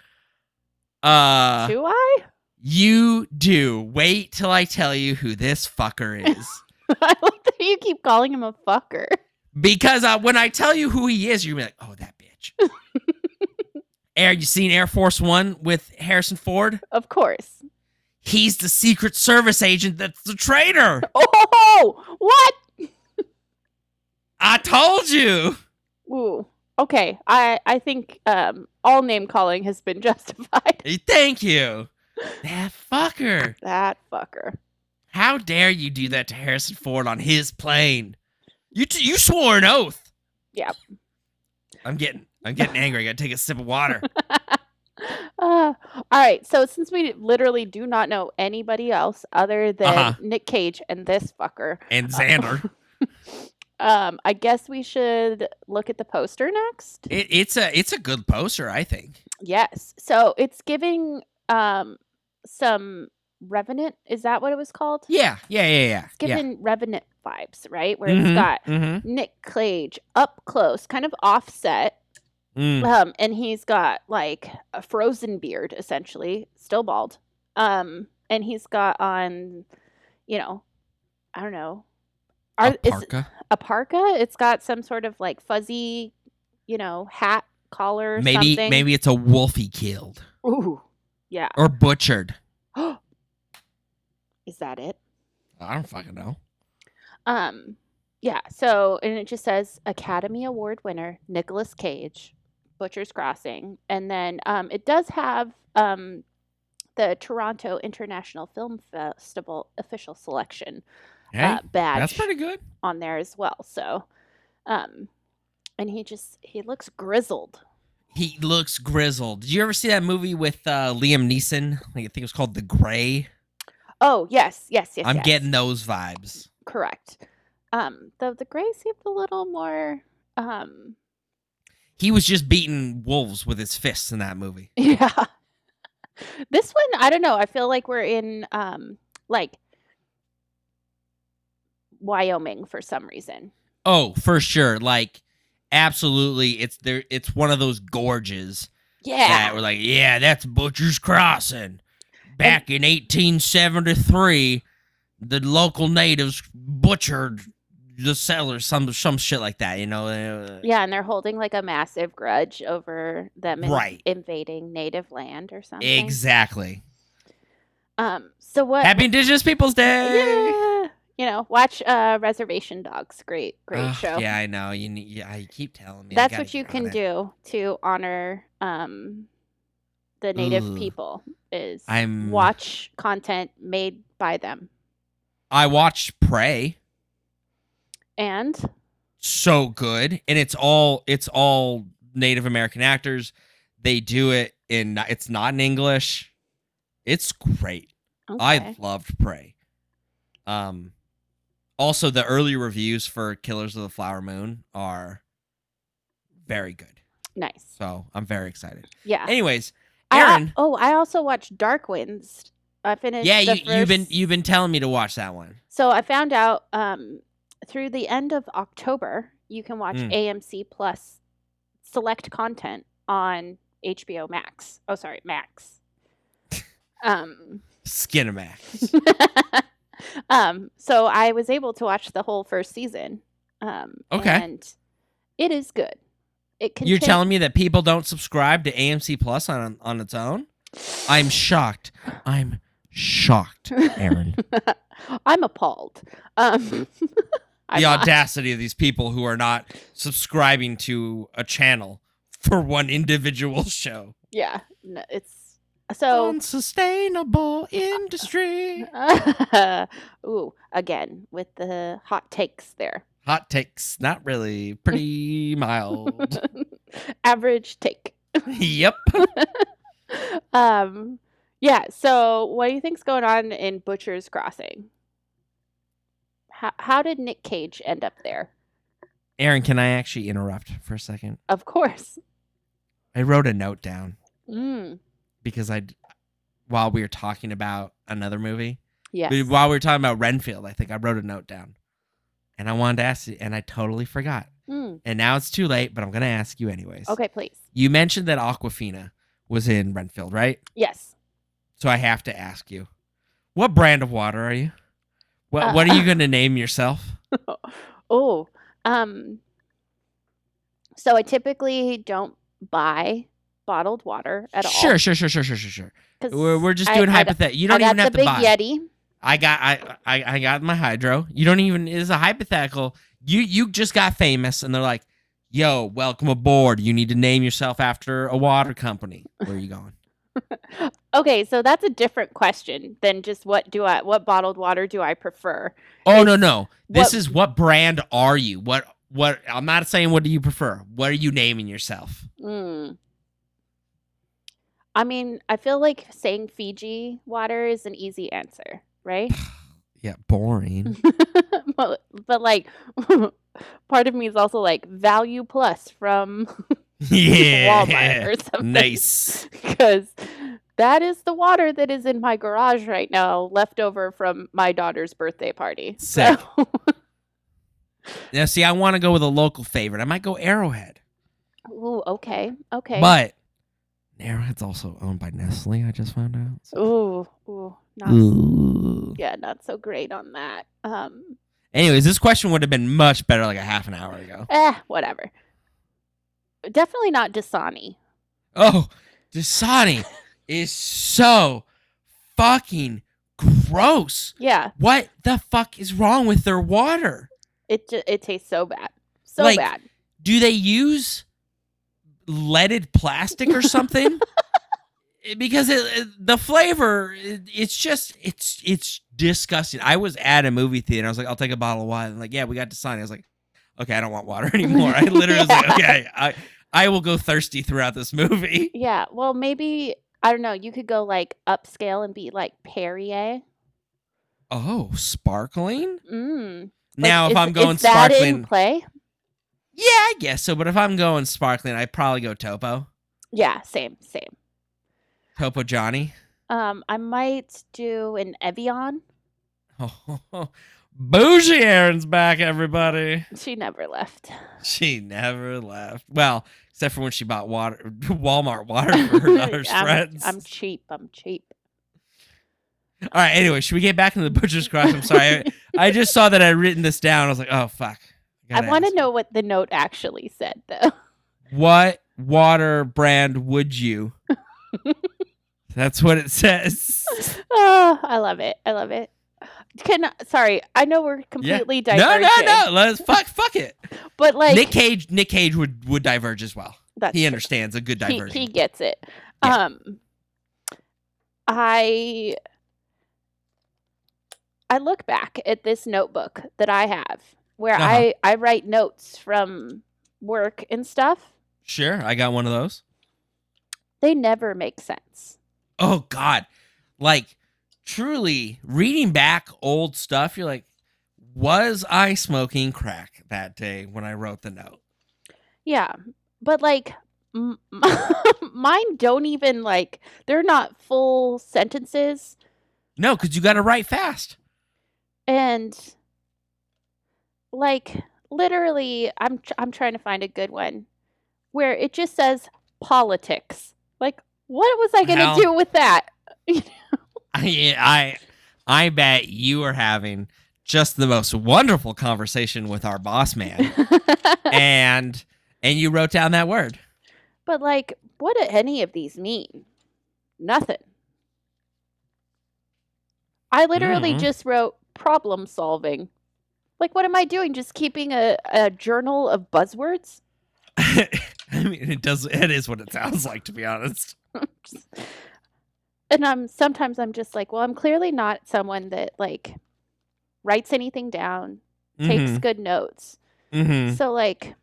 A: Uh,
B: Do I?
A: You do. Wait till I tell you who this fucker is.
B: I like that you keep calling him a fucker.
A: because uh, when I tell you who he is, you're gonna be like, oh, that bitch. Air, you seen Air Force One with Harrison Ford?
B: Of course.
A: He's the Secret Service agent that's the traitor.
B: Oh, what?
A: I told you.
B: Ooh. Okay. I I think um all name calling has been justified.
A: Hey, Thank you. That fucker.
B: That fucker.
A: How dare you do that to Harrison Ford on his plane? You t- you swore an oath.
B: Yep.
A: I'm getting I'm getting angry. I gotta take a sip of water.
B: Uh, all right. So since we literally do not know anybody else other than
A: Uh-huh.
B: Nick Cage and this fucker,
A: And Xander.
B: um, I guess we should look at the poster next.
A: It, it's a it's a good poster, I think.
B: Yes. So it's giving um some Revenant. Is that what it was called?
A: Yeah, yeah, yeah, yeah.
B: It's given Revenant vibes, right? Where
A: Mhm,
B: it's got
A: Mm-hmm.
B: Nick Cage up close, kind of offset,
A: mm.
B: um, and he's got like a frozen beard, essentially, still bald. Um, and he's got on, you know, I don't know, are, Is, it- a parka. It's got some sort of like fuzzy, you know, hat collar. or
A: Maybe
B: something.
A: maybe it's a wolf he killed
B: Ooh, yeah.
A: or butchered.
B: Is that it?
A: I don't fucking know.
B: Um, yeah. So, and it just says Academy Award winner Nicolas Cage, Butcher's Crossing, and then um, it does have um, the Toronto International Film Festival official selection
A: Hey,
B: uh, badge
A: that's pretty good.
B: on there as well. So, um, and he just he looks grizzled.
A: He looks grizzled. Did you ever see that movie with uh, Liam Neeson? Like, I think it was called The Gray.
B: Oh yes, yes, yes.
A: I'm
B: yes.
A: getting those vibes.
B: correct. Um, though the gray seemed a little more. Um,
A: He was just beating wolves with his fists in that movie.
B: Yeah. This one, I don't know. I feel like we're in um like Wyoming for some reason.
A: Oh, for sure. Like, absolutely. It's there. It's one of those gorges that
B: Yeah.
A: were like, yeah, that's Butcher's Crossing. Back in 1873, the local natives butchered the settlers, some some shit like that, you know. uh,
B: Yeah, and they're holding like a massive grudge over them in-
A: Right.
B: invading native land or something.
A: Exactly.
B: Um so what
A: Happy Indigenous Peoples Day.
B: Yeah. You know, watch uh Reservation Dogs. Great, great
A: Ugh,
B: show.
A: Yeah, I know. You need, yeah, you keep telling me. I
B: That's
A: gotta
B: what you
A: get on
B: can
A: it.
B: do to honor um the native
A: Ooh.
B: people is
A: I'm-
B: watch content made by them.
A: I watched Prey.
B: And
A: so good and it's all it's all native american actors they do it in it's not in english it's great i
B: okay.
A: loved prey um also the early reviews for killers of the flower moon are very good
B: nice.
A: so i'm very excited
B: Yeah.
A: anyways
B: I al-
A: Aaron.
B: oh, I also watched Dark Winds. I finished.
A: yeah
B: the
A: you, you you've been
B: first-
A: you've been telling me to watch that one
B: So I found out um, through the end of October, you can watch
A: Mm.
B: AMC Plus select content on HBO Max. Oh, sorry, Max. um,
A: skinamax
B: um, so I was able to watch the whole first season. Um,
A: Okay.
B: And it is good. It
A: you're
B: contain-
A: telling me that people don't subscribe to amc plus on on its own I'm shocked. I'm shocked, Aaron.
B: I'm appalled. Um, I'm
A: the
B: not.
A: audacity of these people who are not subscribing to a channel for one individual show.
B: Yeah, no, it's so.
A: Unsustainable industry.
B: ooh, again with the hot takes there.
A: Hot takes, not really. Pretty mild.
B: Average take.
A: yep.
B: Um, yeah. So, what do you think's going on in Butcher's Crossing? How how did Nick Cage end up there?
A: Aaron, can I actually interrupt for a second?
B: Of course.
A: I wrote a note down
B: Mm,
A: because I, while we were talking about another movie,
B: yes.
A: But while we were talking about Renfield, I think I wrote a note down. And I wanted to ask you, and I totally forgot.
B: Mm,
A: And now it's too late, but I'm going to ask you anyways.
B: okay, please.
A: You mentioned that Aquafina was in Renfield, right?
B: Yes.
A: So I have to ask you, what brand of water are you? What,
B: Uh,
A: what are you going to name yourself?
B: Oh, um, so I typically don't buy bottled water at all.
A: Sure, sure, sure, sure, sure, sure, sure.
B: 'cause
A: We're, we're just
B: I-
A: doing
B: I got-
A: hypothetical. You don't
B: I got
A: even have
B: the
A: to
B: big
A: buy.
B: Yeti.
A: I got I, I I got my hydro. You don't even it is a hypothetical. You you just got famous and they're like, "Yo, welcome aboard. You need to name yourself after a water company." Where are you going?
B: Okay, so that's a different question than just what do I what bottled water do I prefer?
A: Oh no, no. This
B: What-
A: is what brand are you? What what I'm not saying what do you prefer? What are you naming yourself?
B: Mm. I mean, I feel like saying Fiji water is an easy answer, right?
A: Yeah, boring.
B: but, but like part of me is also like value plus from Walmart
A: yeah.
B: or something.
A: Nice.
B: because that is the water that is in my garage right now, left over from my daughter's birthday party.
A: Sick. Now see, I want to go with a local favorite. I might go Arrowhead.
B: Ooh, okay, okay.
A: But Arrowhead's also owned by Nestle, I just found out. so-
B: ooh, ooh, not,
A: Ooh.
B: yeah, not so great on that. Um,
A: Anyways, this question would have been much better like a half an hour ago.
B: eh, whatever. Definitely not Dasani.
A: Oh, Dasani is so fucking gross.
B: Yeah,
A: What the fuck is wrong with their water?
B: it ju- it tastes so bad, so
A: Like-
B: bad.
A: Do they use leaded plastic or something? because it, it- the flavor, it- it's just it's it's disgusting. I was at a movie theater. I was like, I'll take a bottle of water. And like, yeah, we got Dasani. I was like, okay, I don't want water anymore. I literally was like, okay, I I will go thirsty throughout this movie.
B: Yeah, well, maybe I don't know. You could go like upscale and be like Perrier.
A: Oh, sparkling?
B: Mm. Like,
A: Now, if
B: is-
A: I'm going
B: is that in
A: sparkling,
B: play?
A: yeah, I guess so. But if I'm going sparkling, I probably go Topo,
B: Yeah, same, same.
A: Topo Johnny.
B: Um, I might do an Evian.
A: Oh, bougie Aaron's back, everybody.
B: She never left.
A: She never left. Well, except for when she bought water, Walmart water for her daughter's
B: I'm,
A: friends.
B: I'm cheap. I'm cheap.
A: All right. Anyway, should we get back into the butcher's cross? I'm sorry. I, I just saw that I'd written this down. I was like, oh fuck.
B: I
A: Gotta
B: want to
A: ask.
B: know what the note actually said, though.
A: What water brand would you? That's what it says.
B: oh, I love it. I love it. Can sorry, I know we're completely
A: No,
B: divergent,
A: no, no. Let's fuck, fuck it.
B: but like
A: Nick Cage, Nick Cage would would diverge as well.
B: that's
A: He
B: true.
A: understands a good
B: He-
A: diversion.
B: He, gets it.
A: Yeah.
B: Um, I I look back at this notebook that I have, where
A: Uh-huh.
B: I I write notes from work and stuff.
A: Sure, I got one of those.
B: They never make sense.
A: Oh God, like truly reading back old stuff, you're like, was I smoking crack that day when I wrote the note?
B: Yeah, but like m- mine don't even like they're not full sentences
A: No, because you got to write fast.
B: and like literally I'm tr- I'm trying to find a good one where it just says politics. Like what was I going
A: How-
B: to do with that?
A: I, I, I bet you are having just the most wonderful conversation with our boss man, and and you wrote down that word.
B: but like what do any of these mean? Nothing. I literally
A: Mhm.
B: just wrote problem solving. Like what am I doing just keeping a, a journal of buzzwords?
A: I mean, it does. It is what it sounds like, to be honest.
B: and I'm sometimes I'm just like, well, I'm clearly not someone that like writes anything down,
A: Mm-hmm.
B: takes good notes.
A: Mhm, mhm.
B: So like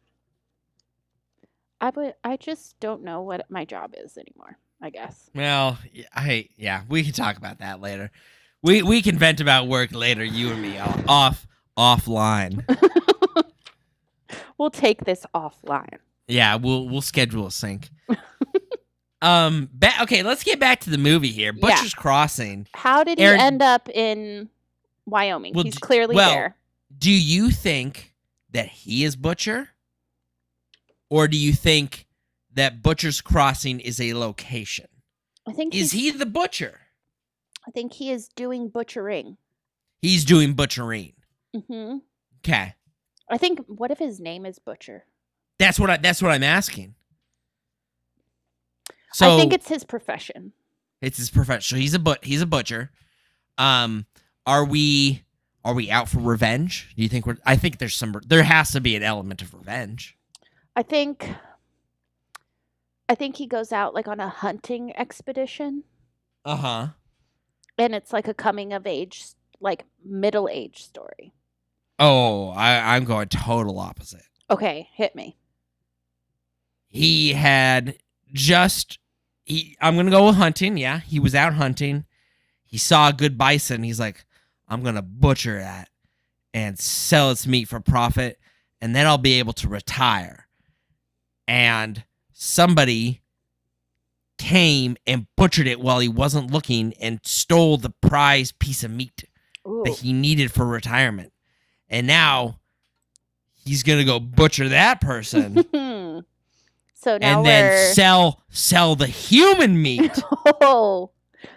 B: I would I just don't know what my job is anymore, I guess.
A: Well, y- I yeah, we can talk about that later. We we can vent about work later. You and me o- off offline.
B: We'll take this offline.
A: Yeah, we'll we'll schedule a sync. um, ba- okay, let's get back to the movie here.
B: Yeah.
A: Butcher's Crossing.
B: How did he
A: Aaron-
B: end up in Wyoming?
A: Well,
B: He's
A: d-
B: clearly
A: well-
B: there.
A: Do you think that he is Butcher, or do you think that Butcher's Crossing is a location?
B: I think
A: Is
B: he's,
A: he the Butcher?
B: I think he is doing butchering.
A: He's doing butchering.
B: hmm
A: Okay,
B: I think what if his name is Butcher?
A: that's what I, that's what I'm asking. So
B: I think it's his profession.
A: It's his profession. So he's a but he's a butcher. Um, are we are we out for revenge? Do you think we're? I think there's some. There has to be an element of revenge.
B: I think I think he goes out like on a hunting expedition
A: Uh huh.
B: and it's like a coming of age s- like middle age story.
A: Oh, I, I'm going total opposite.
B: Okay, hit me.
A: He had just. He. I'm gonna go with hunting. Yeah, he was out hunting. He saw a good bison. He's like, I'm gonna butcher that and sell its meat for profit, and then I'll be able to retire. And somebody came and butchered it while he wasn't looking and stole the prize piece of meat
B: Ooh.
A: that he needed for retirement. And now he's gonna go butcher that person
B: so now
A: and
B: we're
A: then sell sell the human meat
B: oh,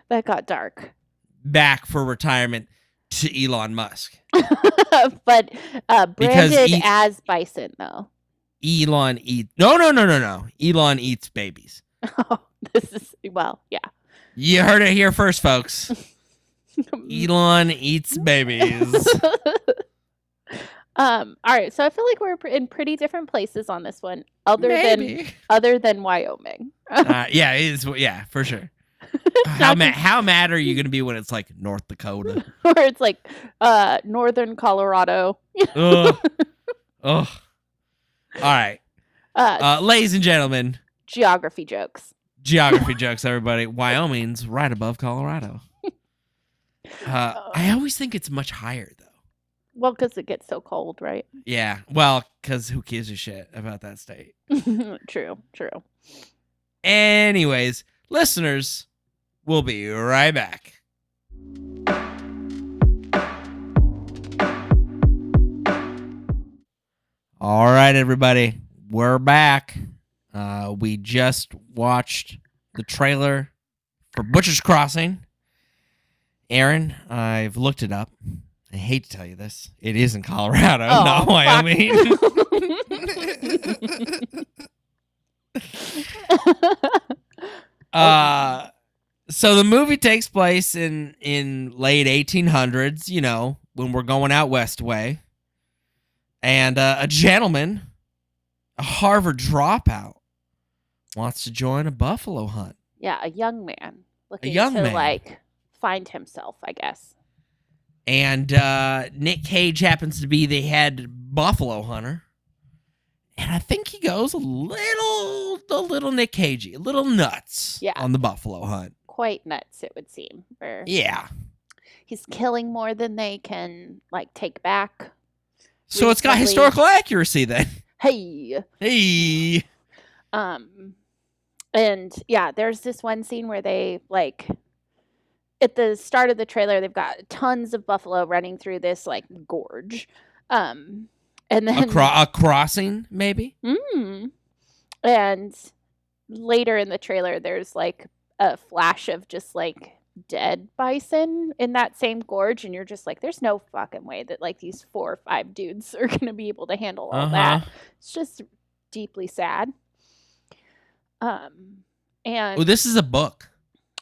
B: that got dark.
A: back for retirement to Elon Musk.
B: but uh
A: Because
B: branded
A: he-
B: as bison though.
A: Elon eat no no no no no. Elon eats babies.
B: this is well, yeah.
A: You heard it here first, folks. Elon eats babies.
B: um all right, so I feel like we're pr- in pretty different places on this one other than
A: Maybe.
B: other than Wyoming.
A: Uh, yeah, it is yeah, for sure. How
B: Not
A: mad
B: just-
A: how mad are you gonna be when it's like North Dakota?
B: where it's like uh northern Colorado.
A: Ugh. Ugh. All right.
B: Uh,
A: Uh, ladies and gentlemen,
B: geography jokes.
A: geography jokes, everybody. Wyoming's right above Colorado. Uh, I always think it's much higher though.
B: Well, because it gets so cold, right?
A: Yeah, well, because who gives a shit about that state?
B: true, true.
A: Anyways, listeners, we'll be right back. All right, everybody, we're back. Uh, we just watched the trailer for Butcher's Crossing. Aaron, I've looked it up. I hate to tell you this. It is in Colorado, not
B: fuck.
A: Wyoming. Uh, so the movie takes place in in late 1800s. You know, when we're going out west way, and uh, a gentleman, a Harvard dropout, wants to join a buffalo hunt.
B: yeah, a young man looking
A: young
B: to
A: man.
B: like find himself, I guess.
A: And uh, Nick Cage happens to be the head buffalo hunter, and I think he goes a little, a little Nick Cagey, a little nuts
B: Yeah.
A: on the buffalo hunt.
B: Quite nuts, it would seem. Where
A: Yeah.
B: he's killing more than they can like take back.
A: So it's got
B: Recently-
A: historical accuracy then.
B: Hey.
A: Hey.
B: Um and yeah, there's this one scene where they like at the start of the trailer they've got tons of buffalo running through this like gorge. Um and then
A: A, cro- a crossing, maybe?
B: Mm. And later in the trailer, there's like a flash of just like dead bison in that same gorge, and you're just like, there's no fucking way that like these four or five dudes are gonna be able to handle all
A: Uh-huh.
B: that. It's just deeply sad. Um, and
A: Oh, this is a book.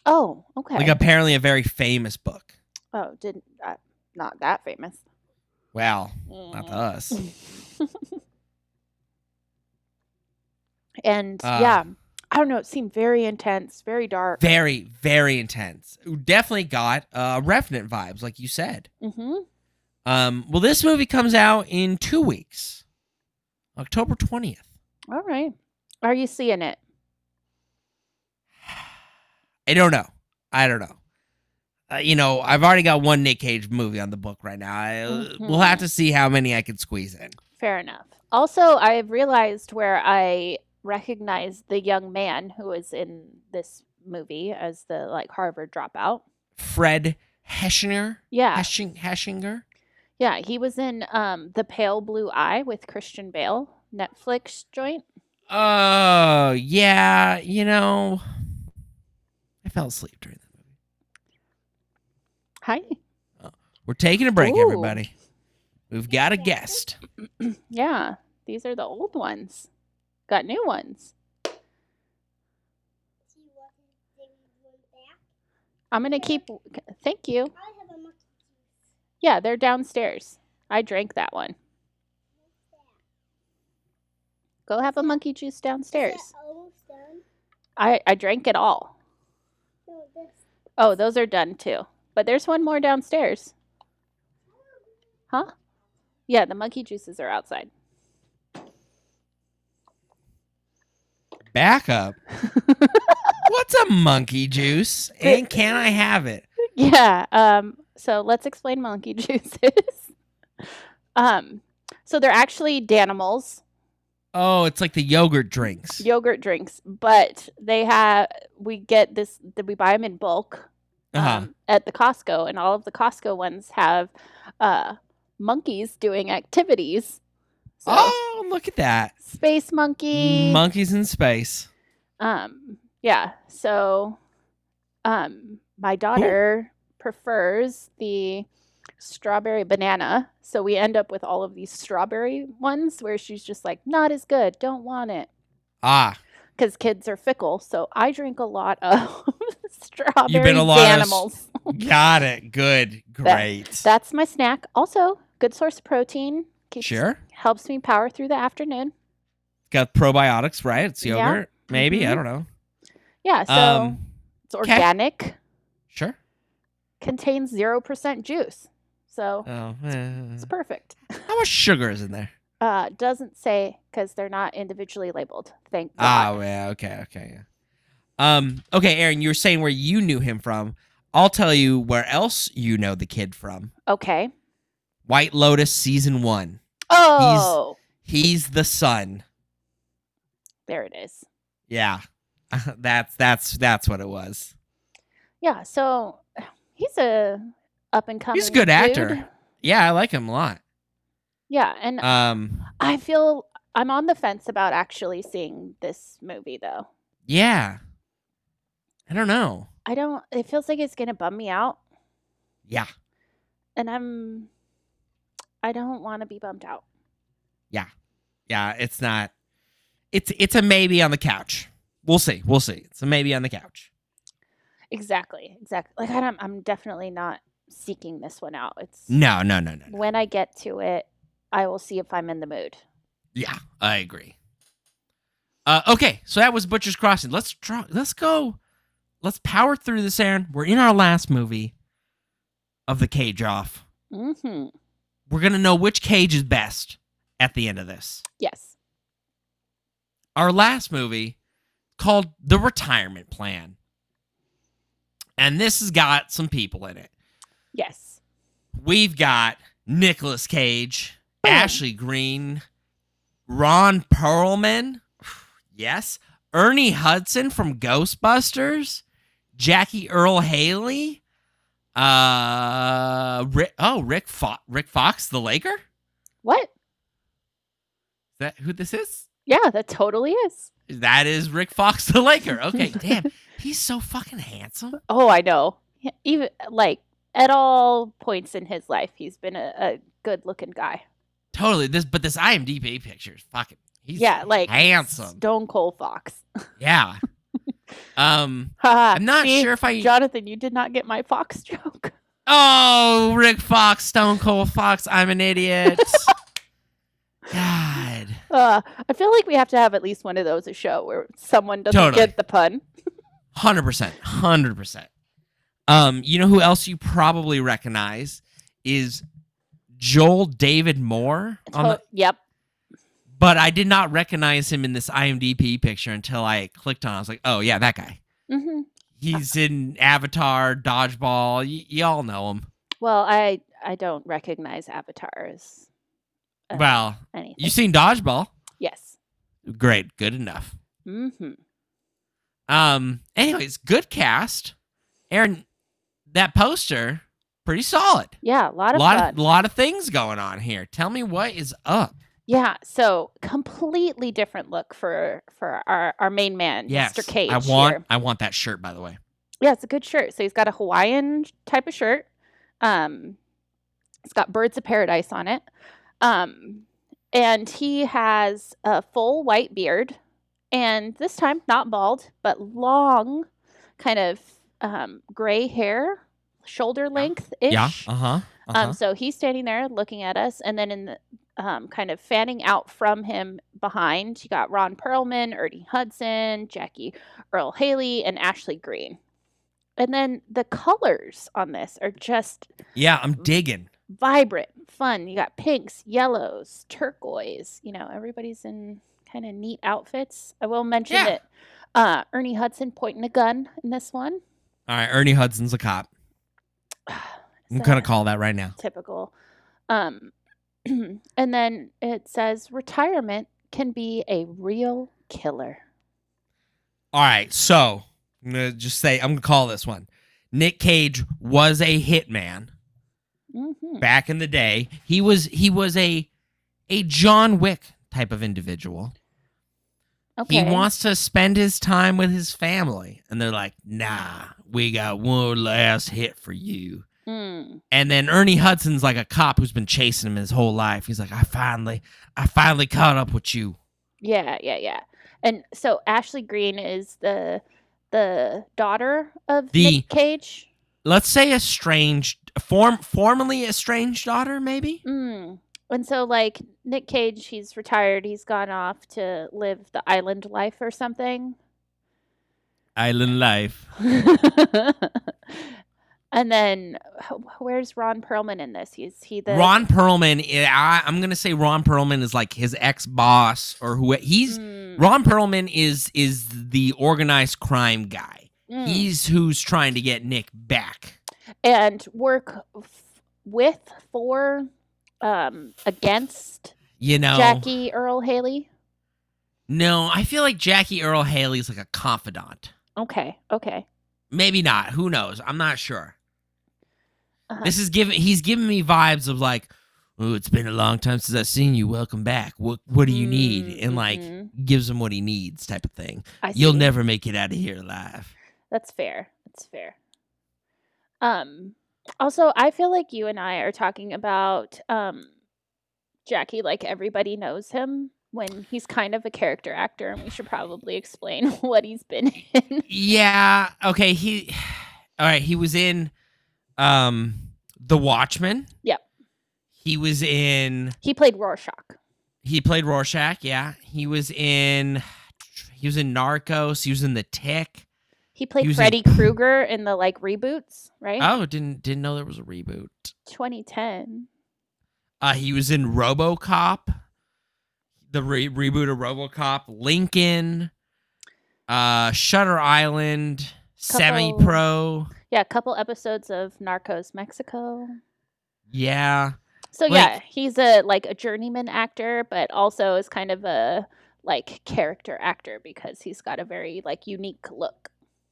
B: oh, okay.
A: Like apparently a very famous book.
B: oh, didn't uh, not that famous. Mm.
A: Well, not to us.
B: and
A: Uh,
B: yeah, I don't know. It seemed very intense, very dark.
A: Very, very intense. Definitely got uh Revenant vibes, like you said.
B: mm-hmm.
A: Um, well, this movie comes out in two weeks, October 20th.
B: All right. Are you seeing it?
A: I don't know. I don't know. Uh, you know, I've already got one Nick Cage movie on the book right now. I, uh, We'll
B: Mm-hmm.
A: have to see how many I can squeeze in.
B: Fair enough. Also, I've realized where I recognize the young man who was in this movie as the like Harvard dropout.
A: Fred Heschner?
B: Yeah.
A: Hesching, Heschinger?
B: Yeah, he was in um The Pale Blue Eye with Christian Bale, Netflix joint.
A: Oh, yeah. You know, I fell asleep during that movie.
B: Hi.
A: We're taking a break,
B: Ooh.
A: everybody. We've got a guest.
B: Yeah, these are the old ones. Got new ones. I'm going to keep Thank you. Yeah, they're downstairs. I drank that one. Go have a monkey juice downstairs.
F: Almost done.
B: I, I drank it all.
F: No, this.
B: Oh, those are done too. But there's one more downstairs. Huh? Yeah, the monkey juices are outside.
A: Back up. What's a monkey juice? And can I have it?
B: Yeah. Um, so let's explain monkey juices. um, so they're actually Danimals.
A: Oh, it's like the yogurt drinks.
B: yogurt drinks, but they have we get this that we buy them in bulk um,
A: Uh-huh.
B: at the Costco, and all of the Costco ones have uh, monkeys doing activities. So,
A: Oh, look at that.
B: space monkey.
A: Monkeys in space.
B: um, yeah. So, um, my daughter prefers the strawberry banana, so we end up with all of these strawberry ones where she's just like, not as good, don't want it.
A: Ah,
B: because kids are fickle. So I drink a lot of strawberry
A: a lot of s-
B: animals.
A: got it. Good. Great.
B: That's my snack. Also, good source of protein. Keeps,
A: sure.
B: Helps me power through the afternoon.
A: Got probiotics, right? It's
B: Yeah.
A: yogurt. Maybe. I
B: Mhm.
A: don't know.
B: Yeah, so
A: um,
B: it's organic,
A: sure.
B: contains 0% juice. So
A: Oh,
B: it's
A: eh.
B: perfect.
A: how much sugar is in there?
B: Uh, doesn't say because they're not individually labeled. Thank God.
A: Oh, yeah. Okay. Okay. Yeah. Um. Okay, Aaron, you were saying where you knew him from. I'll tell you where else you know the kid from.
B: okay.
A: White Lotus season one.
B: Oh,
A: He's the son.
B: there it is.
A: Yeah. that's that's that's what it was.
B: Yeah, so he's a up and coming.
A: He's a good
B: dude.
A: actor. Yeah, I like him a lot.
B: Yeah, and
A: Um.
B: I feel I'm on the fence about actually seeing this movie though.
A: Yeah. I don't know.
B: I don't it feels like it's going to bum me out
A: Yeah.
B: and I'm I don't want to be bummed out.
A: Yeah, it's not it's it's a maybe on the couch. We'll see. We'll see. It's a maybe on the couch.
B: Exactly. Exactly. Like I don't, I'm definitely not seeking this one out. It's
A: No, no, no, no. no.
B: when I get to it, I will see if I'm in the mood.
A: Yeah, I agree. Uh, okay, so that was Butcher's Crossing. Let's draw let's go. Let's power through this, Aaron. We're in our last movie of the cage off.
B: Mhm.
A: We're gonna know which cage is best at the end of this.
B: Yes.
A: Our last movie called The Retirement Plan. And this has got some people in it.
B: Yes.
A: We've got Nicolas Cage, Ashley Greene, Ron Perlman, yes, Ernie Hudson from Ghostbusters, Jackie Earl Haley, uh, Rick, oh Rick Fo- Rick Fox, the Laker. Is
B: What?
A: that who this is?
B: Yeah, that totally is.
A: That is Rick Fox, the Laker. Okay, damn, he's so fucking handsome.
B: Oh, I know. Yeah, Even like at all points in his life, he's been a, a good-looking guy.
A: Totally this, but this IMDb picture is fucking. He's
B: yeah, like
A: handsome.
B: Stone Cold Fox.
A: Yeah. Um.
B: Haha,
A: I'm not
B: see?
A: sure if I.
B: Jonathan, you did not get my Fox joke.
A: oh, Rick Fox, Stone Cold Fox. I'm an idiot. God.
B: Uh, I feel like we have to have at least one of those a show where someone doesn't
A: Totally.
B: get the pun.
A: 100%. 100%. Um, you know who else you probably recognize is Joel David Moore. On the,
B: To- yep.
A: but I did not recognize him in this IMDb picture until I clicked on it. I was like, oh, yeah, that guy.
B: hmm
A: He's in Avatar, Dodgeball. Y- y'all know him.
B: Well, I I don't recognize avatars. uh,
A: Well,
B: anything.
A: you seen Dodgeball.
B: yes.
A: Great. Good enough.
B: Mm-hmm.
A: Um. Anyways, good cast. Aaron, that poster pretty solid.
B: Yeah, a lot of fun.
A: lot of, lot of things going on here. Tell me what is up.
B: yeah, so completely different look for for our our main man,
A: Yes,
B: Mr. Cage.
A: I want
B: here.
A: I want that shirt. By the way,
B: Yeah, it's a good shirt. So he's got a Hawaiian sh- type of shirt. Um, it's got birds of paradise on it. Um, and he has a full white beard, and this time not bald, but long, kind of um, gray hair, shoulder length ish.
A: yeah. Uh huh.
B: Um, so he's standing there looking at us, and then in the um, kind of fanning out from him behind, you got Ron Perlman, Ernie Hudson, Jackie Earl Haley, and Ashley Green. And then the colors on this are just
A: yeah, I'm digging.
B: vibrant, fun. You got pinks, yellows, turquoise. You know, everybody's in kind of neat outfits. I will mention
A: Yeah.
B: that uh, Ernie Hudson pointing a gun in this one.
A: All right, Ernie Hudson's a cop. I'm
B: So-
A: gonna call that right now.
B: typical. Um, and then it says retirement can be a real killer.
A: All right, so I'm gonna just say I'm gonna call this one. Nick Cage was a hitman.
B: hmm
A: back in the day. He was he was a a John Wick type of individual.
B: Okay.
A: He wants to spend his time with his family, and they're like, "Nah, we got one last hit for you."
B: Mm.
A: And then Ernie Hudson's like a cop who's been chasing him his whole life. He's like, "I finally, I finally caught up with you."
B: Yeah, yeah, yeah. And so Ashley Green is the the daughter of
A: The-
B: Nick Cage.
A: Let's say estranged, form formerly estranged daughter, maybe.
B: Mm. And so, like Nick Cage, he's retired. He's gone off to live the island life or something.
A: Island life.
B: and then, wh- where's Ron Perlman in this? He's he the
A: Ron Perlman. I, I'm gonna say Ron Perlman is like his ex boss or who he's.
B: Mm,
A: Ron Perlman is is the organized crime guy.
B: mm.
A: He's who's trying to get Nick back.
B: and work f- with for um against
A: You know,
B: Jackie Earl Haley.
A: no, I feel like Jackie Earl Haley's like a confidant.
B: Okay, okay.
A: Maybe not. Who knows? I'm not sure.
B: Uh-huh.
A: This is giving. He's giving me vibes of like, oh, it's been a long time since I've seen you. Welcome back. What What do you need?
B: Mm,
A: And like,
B: mhm.
A: gives him what he needs, type of thing.
B: I
A: You'll
B: see.
A: never make it out of here alive.
B: That's fair. That's fair. Um also I feel like you and I are talking about um Jackie like everybody knows him when he's kind of a character actor and we should probably explain what he's been in.
A: Yeah. Okay. He. All right. He was in, um, The Watchmen.
B: Yep.
A: He was in.
B: he played Rorschach.
A: He played Rorschach. Yeah. He was in. He was in Narcos. He was in The Tick.
B: He played
A: He was in-
B: Freddy Krueger in the like reboots, right?
A: Oh, didn't didn't know there was a reboot.
B: 2010.
A: Uh, he was in RoboCop. the re- reboot of RoboCop, Lincoln, uh, Shutter Island, Semi Pro.
B: Yeah, a couple episodes of Narcos Mexico.
A: Yeah,
B: So
A: Like-
B: yeah, he's a like a journeyman actor, but also is kind of a like character actor because he's got a very like unique look.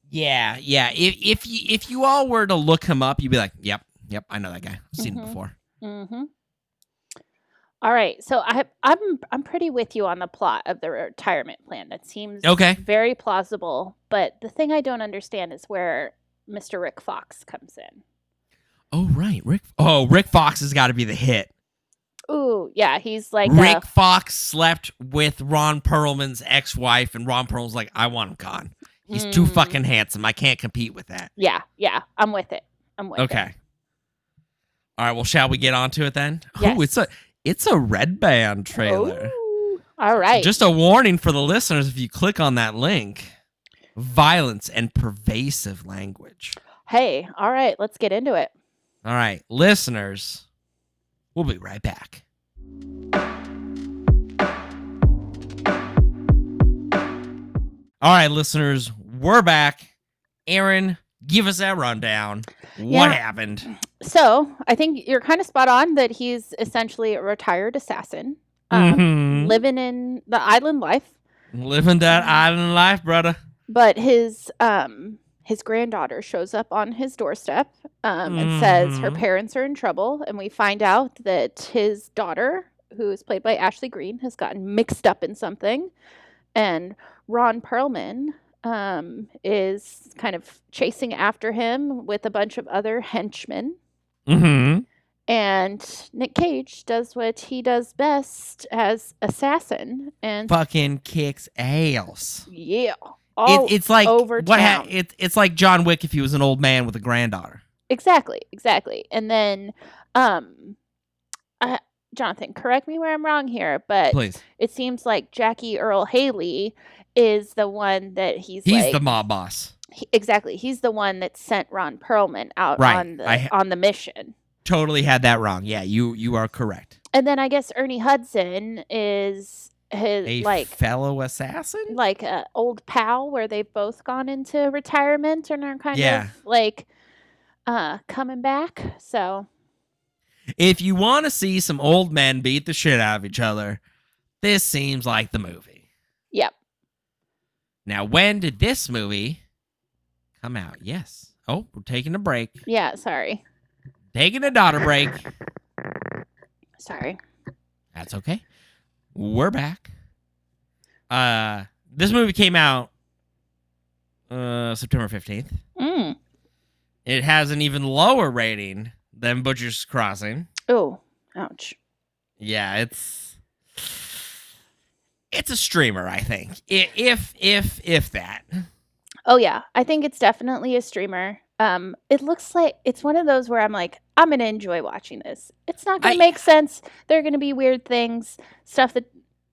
A: yeah, yeah. If if you if you all were to look him up, you'd be like, "Yep, yep, I know that guy. I've seen
B: Mhm.
A: him before."
B: Mm-hmm. All right, so I I'm I'm pretty with you on the plot of the retirement plan. That seems
A: Okay.
B: very plausible, but the thing I don't understand is where Mr. Rick Fox comes in.
A: Oh right, Rick. Oh, Rick Fox has got to be the hit.
B: Ooh, yeah, he's like uh, a-
A: Rick Fox slept with Ron Perlman's ex-wife, and Ron Perlman's like, "I want him gone. He's too
B: Mm.
A: fucking handsome. I can't compete with that."
B: Yeah, yeah, I'm with it. I'm with it.
A: Okay. All right. Well, shall we get onto it then?
B: Yes.
A: Oh, it's a it's a red band trailer.
B: Ooh, All right.
A: Just a warning for the listeners: if you click on that link, violence and pervasive language.
B: hey, all right, let's get into it.
A: All right, listeners, we'll be right back. All right, listeners, we're back. Aaron, give us that rundown. What
B: Yeah.
A: happened?
B: So I think you're kind of spot on that he's essentially a retired assassin, um,
A: Mhm.
B: living in the island life.
A: Living that island life, brother.
B: But his um, his granddaughter shows up on his doorstep um, and says her
A: Mhm.
B: parents are in trouble, and we find out that his daughter, who is played by Ashley Green, has gotten mixed up in something, and Ron Perlman um, is kind of chasing after him with a bunch of other henchmen.
A: Mm-hmm.
B: and Nick Cage does what he does best as assassin and
A: Fucking kicks ass.
B: yeah, all
A: it, it's like
B: over
A: what ha-
B: town.
A: it, it's like John Wick if he was an old man with a granddaughter.
B: exactly, exactly. And then, um, I, Jonathan, correct me where I'm wrong here, but
A: Please,
B: it seems like Jackie Earl Haley is the one that he's
A: he's
B: like
A: the mob boss.
B: he- exactly he's the one that sent Ron Perlman out
A: Right,
B: on the
A: I ha-
B: on the mission.
A: Totally had that wrong. Yeah, you you are correct.
B: And then I guess Ernie Hudson is his
A: A
B: like
A: fellow assassin.
B: like a old pal where they've both gone into retirement and are kind
A: Yeah.
B: of like uh coming back. So
A: If you want to see some old men beat the shit out of each other, this seems like the movie.
B: yep.
A: Now, when did this movie come out? Yes. Oh, we're taking a break.
B: Yeah, sorry.
A: Taking a daughter break.
B: Sorry.
A: That's okay. We're back. Uh this movie came out uh September 15th.
B: Mm.
A: It has an even lower rating than Butcher's Crossing.
B: Oh, ouch.
A: Yeah, it's it's a streamer, I think. I- If if if that.
B: Oh yeah, I think it's definitely a streamer. Um it looks like it's one of those where I'm like I'm going to enjoy watching this. It's not going
A: I-
B: to make sense. There're going to be weird things, stuff that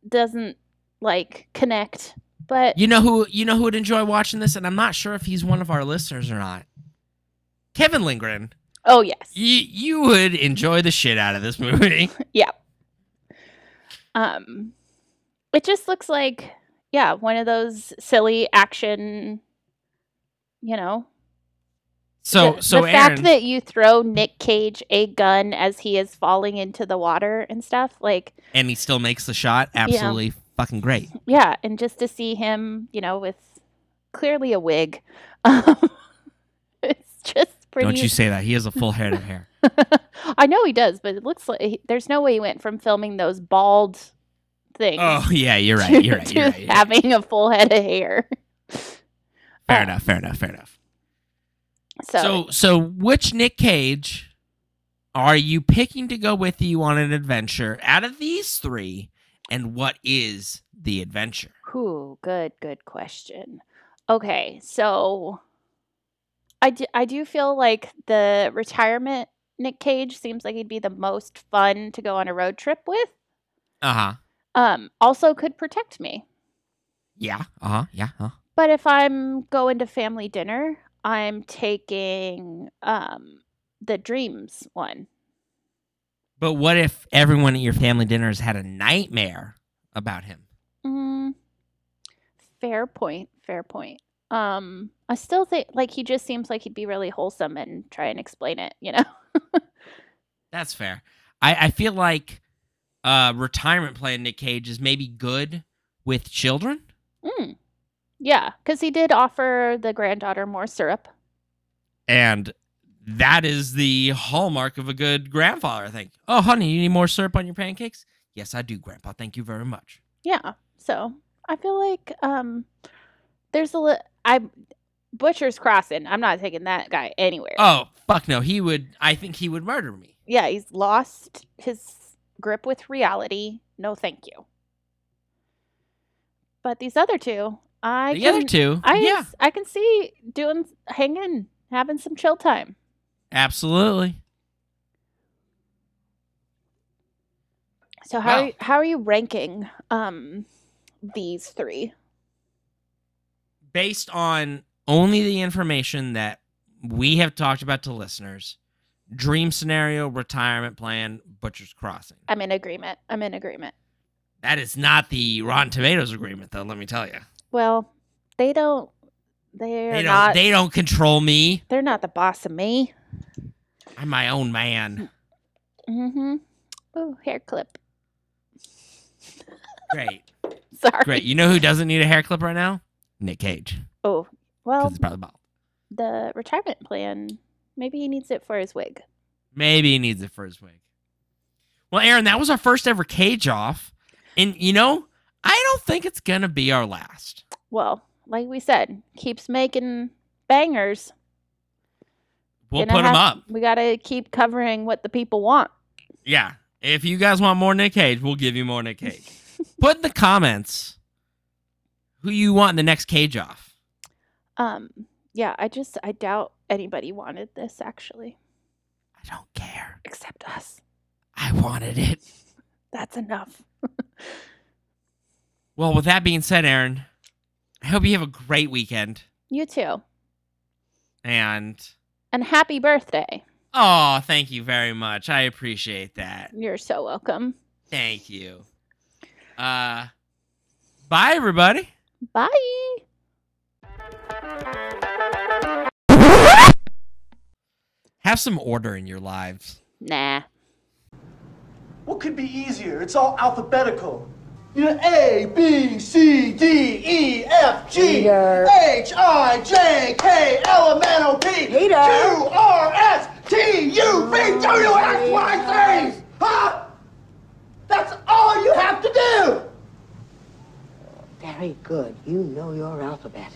B: doesn't like connect. But
A: You know who you know who would enjoy watching this and I'm not sure if he's one of our listeners or not. Kevin Lindgren.
B: oh yes.
A: You you would enjoy the shit out of this movie.
B: um it just looks like yeah one of those silly action you know
A: So
B: the,
A: so
B: the
A: Aaron,
B: fact that you throw nick cage a gun as he is falling into the water and stuff like
A: and he still makes the shot absolutely fucking great
B: yeah and just to see him you know with clearly a wig um, it's just pretty
A: don't you say that he has a full head of hair
B: i know he does but it looks like he- there's no way he went from filming those bald things
A: oh yeah you're right
B: to-
A: you're right,
B: to
A: you're right, you're right.
B: having a full head of hair
A: fair
B: uh,
A: enough fair enough fair enough
B: so,
A: so so which nick cage are you picking to go with you on an adventure out of these three and what is the adventure
B: Ooh, good, good question. Okay, so I do, I do feel like the retirement Nick Cage seems like he'd be the most fun to go on a road trip with.
A: uh-huh
B: Um, also could protect me.
A: yeah uh-huh yeah uh-huh.
B: But if I'm going to family dinner, I'm taking um the dreams one.
A: but what if everyone at your family dinner has had a nightmare about him?
B: Mm, fair point. Fair point. Um, I still think like he just seems like he'd be really wholesome and try and explain it. You know.
A: That's fair. I, I feel like uh, retirement plan Nick Cage is maybe good with children.
B: Mm. Yeah, because he did offer the granddaughter more syrup.
A: And that is the hallmark of a good grandfather, I think. Oh, honey, you need more syrup on your pancakes? Yes, I do, Grandpa. Thank you very much.
B: Yeah. So I feel like um, there's a li- I butcher's crossing. I'm not taking that guy anywhere.
A: Oh, fuck no. He would, I think he would murder me.
B: yeah, he's lost his grip with reality. No, thank you. But these other two, I
A: the
B: can,
A: other two,
B: I
A: yeah,
B: I can see doing hanging, having some chill time.
A: absolutely.
B: So how are
A: Wow.
B: you, how are you ranking um these three?
A: Based on only the information that we have talked about to listeners, dream scenario, retirement plan, Butcher's Crossing.
B: I'm in agreement. I'm in agreement.
A: That is not the Rotten Tomatoes agreement, though. Let me tell you,
B: Well, they don't. They're
A: they don't.
B: not.
A: They don't control me.
B: They're not the boss of me.
A: I'm my own man.
B: Mm-hmm. Ooh, hair clip.
A: Great,
B: Sorry.
A: great. You know who doesn't need a hair clip right now? Nick Cage,
B: Oh,
A: because
B: well,
A: it's probably bald.
B: the retirement plan. Maybe he needs it for his wig.
A: Maybe he needs it for his wig. Well, Aaron, that was our first ever cage off, and you know, I don't think it's gonna be our last.
B: Well, like we said, keeps making bangers.
A: We'll
B: Gonna
A: put him
B: have-
A: up.
B: We gotta keep covering what the people want.
A: Yeah. If you guys want more Nick Cage, we'll give you more Nick Cage. Put in the comments who you want in the next cage off.
B: Um, yeah, I just I doubt anybody wanted this actually,
A: I don't care.
B: except us.
A: I wanted it.
B: That's enough.
A: Well, with that being said, Aaron, I hope you have a great weekend.
B: You too.
A: And
B: And happy birthday.
A: oh, thank you very much. I appreciate that.
B: You're so welcome.
A: Thank you. Uh bye everybody.
B: Bye.
A: Have some order in your lives.
B: Nah.
C: What could be easier? It's all alphabetical. You know, A, B, C, D, E, F, G, H, I, J, K, L, M, N, O, P, Q, R, S, T, U, V, W, X, Y, Z! Huh? That's all you have to do!
G: Very good. You know your alphabet.